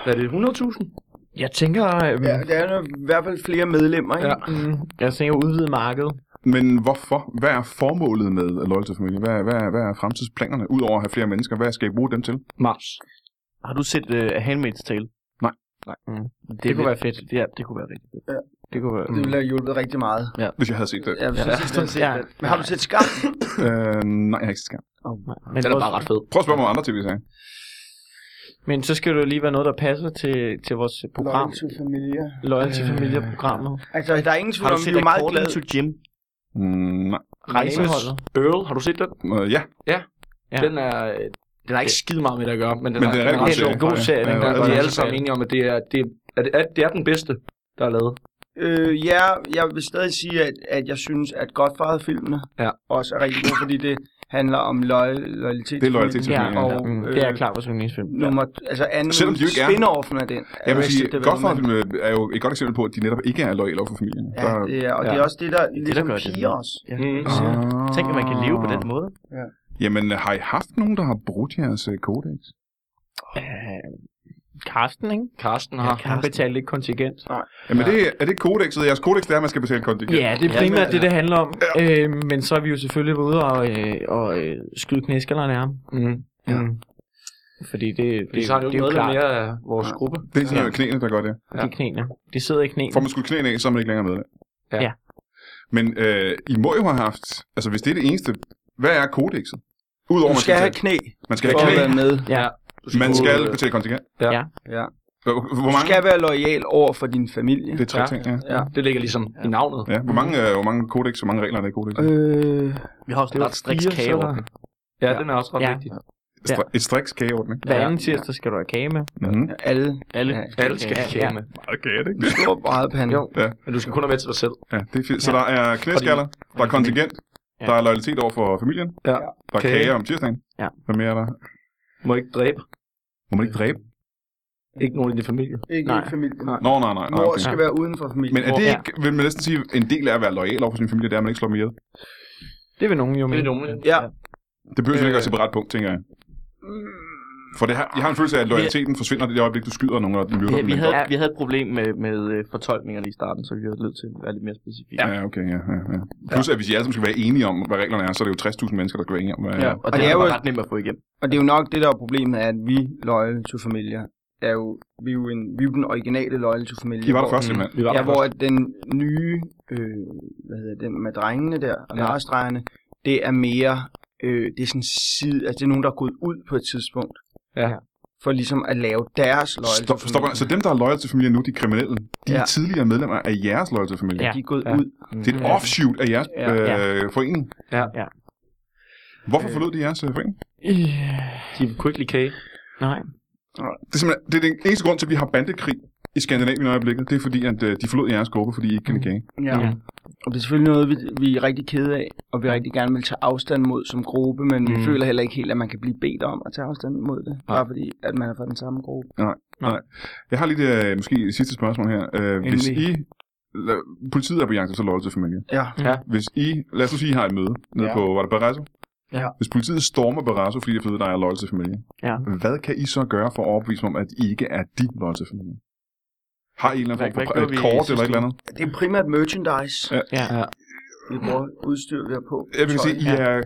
Hvad er det, 100.000? Jeg tænker, øhm, ja, der er jo i hvert fald flere medlemmer, ikke? Ja. Ja. mm, jeg tænker at udvide markedet. Men hvorfor? Hvad er formålet med øh, Loyal til Familie? Hvad, hvad, hvad er fremtidsplanerne? Udover at have flere mennesker, hvad skal I bruge dem til? Mars. Har du set uh, Handmaid's Tale? Nej. Nej. Mm. Det, Det kunne vil- være fedt. Ja, det kunne være rigtigt. Det kunne være... Det ville have hjulpet rigtig meget. Hvis jeg havde set det. Ja, hvis jeg siger det. Ja, Men har du set skam? Øh, nej, jeg har ikke set skærm. men Den er vores- bare ret fed. Prøv at spørge mig om andre tv-serier. Men så skal det jo lige være noget, der passer til, til vores Ah. program. Loyal to familie. Loyalty Familie-programmet. Altså, der er ingen tvivl Har om, du vi set er jo meget According glade. to Jim? Mm, nej. Rejses Rejseholdet. Earl, har du set den? Øh, ja, Ja. Den er, den er ikke skide meget med det at gøre, men den Men er, det er den rigtig ret god sjov. serie. god serie, Ja, den ja, Og der. ja, de ja. er alle sammen enige om, at det er, det, er, det, er, det er den bedste, der er lavet. Øh, ja, jeg vil stadig sige, at, at jeg synes, at Godfather-filmene Ja. også er rigtig gode, fordi det handler om loyal, loyalitet. det er loyalitet til Ja, familien. og Ja. Mm, øh, det er klart vores yndlingsfilm. nummer, altså anden Selvom de jo ikke er- spin-offen af den. Altså, Jeg vil Arrested sige, Development. Godfather er jo et godt eksempel på, at de netop ikke er loyale over for familien. Ja, det er, og det er Ja. også det, der ligesom gør det, det. der piger os. Ja. Mm. Ah. Tænk, at man kan leve på den måde. Jamen, har I haft nogen, der har brudt jeres øh, kodex? Øh, Karsten, ikke? Carsten har. Ja, Han betalte ikke kontingent. Jamen, ja. det, er det kodexet? Jeres kodex det er, at man skal betale kontingent. Ja, det er primært det, det handler om. Øh, men så er vi jo selvfølgelig ude og, øh, og øh, skyde knæskallerne af ham. Mm. Ja. Mm. Fordi det, Det, så har han jo det er ikke jo klart, medlem mere af vores gruppe. Det er sådan ja. knæene, der gør det. de knæene. De sidder i knæene. For man skulle knæene af, så er man ikke længere med det. Ja. Ja. Men øh, I må jo have haft... Altså, hvis det er det eneste... Hvad er kodexet? Udover, Du man skal have betale- knæ Man skal have for at knæ. være med. Ja, Man skal betale kontingent. Ja. Ja. Ja. Hvor hvor Du mange? skal være lojal over for din familie. Det er tre Ja. ting, ja. Ja. Det ligger ligesom ja. i navnet. ja. Hvor mange, øh, hvor mange kodex, hvor mange regler er der i kodex? Øh, Vi har også en ret striks fire, så er kageorden. Ja, den er også ret Ja. vigtig. Ja. Et striks kageorden, ikke? hver Ja. anden tirsdag skal du have kage med. Mm-hmm. alle Alle, Ja, Alle skal have Ja. kage med. Okay, er det ikke det? stor brædepande. Jo. Men du skal kun have med til dig selv. Ja, det er fint. Så der er knæskaller, der er kontingent, Ja. der er loyalitet over for familien, Ja. der er Kage. kage om tirsdagen. Ja. Hvad mere er der? Må ikke dræbe. Må man ikke dræbe? Ikke nogen i din familie. Ikke Nej. i familien. Nå, nej, nej. nej Mor okay. skal være uden for familien. Men er det Ja. ikke, vil man næsten sige, en del af at være lojal over for sin familie, det er, at man ikke slår dem ihjel? Det vil nogen jo Det er mene. nogen. Ja. Det behøver øh. ikke at være et separat punkt, tænker jeg. For det her, jeg har en følelse af, at loyaliteten forsvinder i det øjeblik, du skyder nogen, og du myrder Ja, dem. vi, men- havde, vi havde et problem med, med øh, fortolkningerne i starten, så vi havde nødt til at være lidt mere specifikke. Ja, okay, ja, ja, ja. Plus, at hvis I alle sammen skal være enige om, hvad reglerne er, så er det jo 60.000 mennesker, der skal være enige om, hvad Ja, ja. og, det, det er er jo jo- ret nemt at få igennem. Og det er jo nok det, der er problemet, er, at vi loyal to familier er jo, vi er jo, en, vi er jo den originale loyal to familie. I var der hvor- først, simpelthen. Vi var Ja, der hvor at den nye, øh, hvad hedder den, med drengene der, og Ja. ja. narrestregerne, det er mere, øh, det er sådan side, altså det er nogen, der er gået ud på et tidspunkt. Ja. For ligesom at lave deres loyal Stop, stop, så dem, der er loyal til familien nu, de kriminelle, de ja. Ja. er tidligere medlemmer af jeres loyal til familie. Ja. de er gået Ja. ud. Det er et offshoot af jeres Ja. øh, forening. Ja. Ja. Hvorfor forlod de jeres øh, forening? Øh, De er quickly kage. nej. Det er, simpelthen, det er den eneste grund til, at vi har bandekrig i Skandinavien i øjeblikket. Det er fordi, at øh, de forlod jeres gruppe, fordi I ikke kan kage. Ja. Ja. ja. Og det er selvfølgelig noget, vi, vi er rigtig kede af, og vi rigtig gerne vil tage afstand mod som gruppe, men mm. Mm. vi føler heller ikke helt, at man kan blive bedt om at tage afstand mod det, bare fordi, at man er fra den samme gruppe. Jeg har lige det, øh, måske det sidste spørgsmål her. Øh, hvis I... Endelig. la- Politiet er på jagt efter loyal til familien. Ja. Hvis I, lad os nu sige, I har et møde nede ja. Ja. på, var det Barrasso? Ja. Hvis politiet stormer Barrasso, fordi jeg ved, der er loyal til familien, Ja. hvad kan I så gøre for at overbevise mig om, at I ikke er de loyal til familien? Har I en eller anden form Hvad- for hvad et gjorde vi kort sidste eller et eller andet? Det er primært merchandise, Ja. Ja. ja. vi bruger udstyr, vi har på. Jeg vil Tøj. sige, I er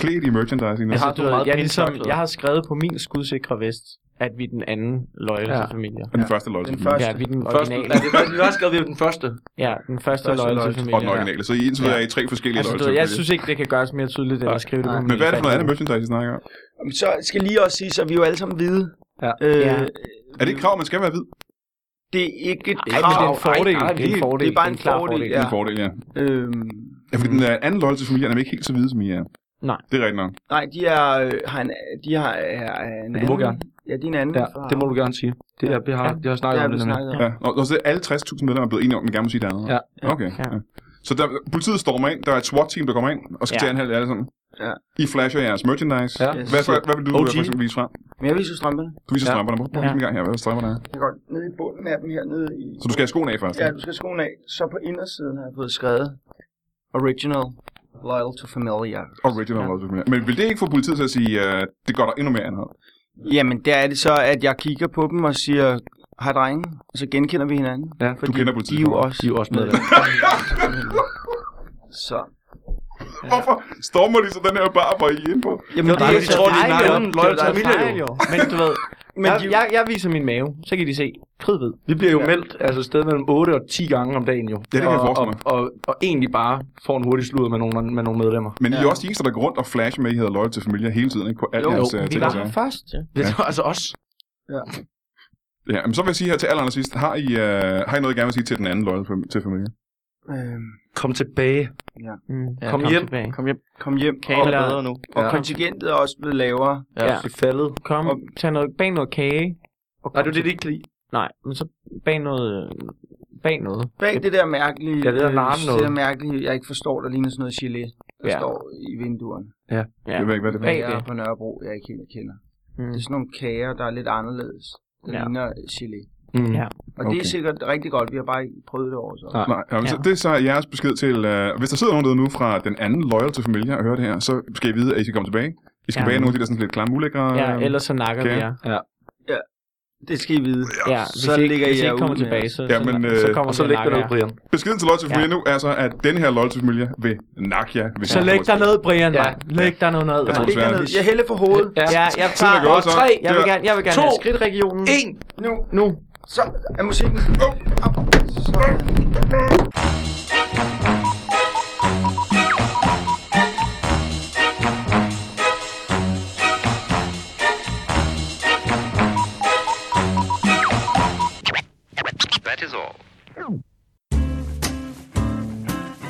klædt i merchandise lige nu. Jeg har Du du ved, meget jeg, pænt ligesom, tørklæde? jeg har skrevet på min skudsikre vest, at vi er den anden loyale Ja. ja. familie. Og den første loyal til Den familien. første. Ja, vi er den Først, originale. nej, det er, vi har skrevet, vi er den første. Ja, den første Første loyale Altså, Og loyalty. den familie. Ja. originale. Så I indtil videre er I tre forskellige Altså, loyal du, til ved, jeg familien. synes ikke, det kan gøres mere tydeligt, end at skrive det på min Men hvad er det for noget andet Facebook. merchandise, I snakker om? Så skal lige også sige, så vi er jo alle sammen hvide. Ja. Øh, Ja. Er det et krav, at man skal være hvid? Det er ikke et Ej, men det er krav. en fordel. nej, det er en det- fordel. det er bare en klar fordel, Det Ja. er en fordel, ja. Øhm, Ja, fordi den øh, anden loyal til familien er nemlig ikke helt så hvide, som I er. Nej. Det er rigtigt nok. nej, de er, øh, har en, de har er, er en Men du må anden- gerne. Ja, de er en anden. Ja, farve. det må du gerne sige. Det er, vi har, jeg har Det snakket har om vi det. snakket om. Ja. Og, og så er alle 60.000 medlemmer blevet enige om, at man gerne må sige, der er noget. Ja. Okay. Ja. Ja. Så der, politiet stormer ind, der er et SWAT-team, der kommer ind og skal Ja. ja. tage anholde alle sammen. Ja. I flasher jeres merchandise. Ja. Hvad, for, hvad vil du OG. for eksempel vise frem? Men jeg viser strømperne. Du viser Ja. ja. strømperne. Prøv Ja. ja. en gang her, hvad strømperne er. Jeg kan godt nede i bunden af dem her, nede i... Så du skal have skoene af først. Ja, du skal have skoen af. Så på indersiden har jeg fået skrevet Original Loyal to Familiar. Original ja. Men vil det ikke få politiet til at sige, at det gør der endnu mere anhold? Jamen, der er det så, at jeg kigger på dem og siger, hej drenge, og så genkender vi hinanden. Ja, fordi kender de politiet, er jo Kåre. også, De er jo også med. [laughs] Så. Hvorfor stormer de så den her bar, hvor I er inde på? Jamen, Det er de tror, de dejligt, snakker jo. om Det er loyal jo til familie, dejligt, jo. jo. Men du ved, Men jeg, de- jeg, jeg viser min mave, så kan de se kridhvid. Vi bliver jo ja. meldt altså et sted mellem 8 og 10 gange om dagen jo. det kan jeg og, forestille og, mig. og, og, egentlig bare får en hurtig sludder med nogle, med nogle medlemmer. Men I er også de eneste, der går rundt og flasher med, at I hedder loyal til familie hele tiden, ikke? På alle Jo, jeres jo. øh, Vi ting. var og sager. her først. Ja. Det er [laughs] altså os. Ja. Ja, men så vil jeg sige her til aller sidst, har I, øh, har I noget, I gerne vil sige til den anden loyal fam- til familien? Øhm, Kom tilbage. Mm, Ja, Kom hjem. Tilbage. Kom hjem. kom hjem. Kagen er Eller- bedre nu. Og Ja. kontingentet er også blevet lavere. Ja. Ja. Det er faldet. Kom, Og- tag noget, bag noget kage. Og Nej, kom det er til- det, de ikke kan lide. Nej, men så bag noget... Bag noget. Bag det der mærkelige, Jeg ved at øh, larme det noget. der mærkelige, jeg ikke forstår, der ligner sådan noget gelé, der Ja. ja. står i vinduerne. Ja. Jeg ved ikke, hvad det er. Bag Kager det. på Nørrebro, jeg ikke helt kender. Mm. Det er sådan nogle kager, der er lidt anderledes. Der Ja. ja. ligner gelé. Mm. Ja. Og okay. det er Okay. sikkert rigtig godt, vi har bare ikke prøvet det over så. Nej. Nej, ja, men så, Ah, Ja. det er så jeres besked til, øh, hvis der sidder nogen derude nu fra den anden loyal til familie og hører det her, så skal I vide, at I skal komme tilbage. I skal Ja. ja. bage nogle af de der sådan lidt klamme, ulækre... øh, Ja, ellers så nakker vi kage. jer. Det skal I vide. Ja, hvis så I ikke, ligger hvis I jeg ikke kommer ud med tilbage, så, Ja, men, så, så øh, kommer Og så vi og læg dig nakker ned, jer. Brian. Beskeden til loyal til familien ja. nu er så, at den her loyal til familie vil nakke jer. Hvis Så læg dig ned, Brian. Ja. Ja. Læg dig ned. ned. Jeg tror, Ligger desværre. ned. Jeg hælder for hovedet. Ja, jeg tager gået, og så. tre. Jeg vil Det var- gerne, jeg vil gerne To. have skridtregionen. En! Nu, Nu. så er musikken. Oh. Sådan.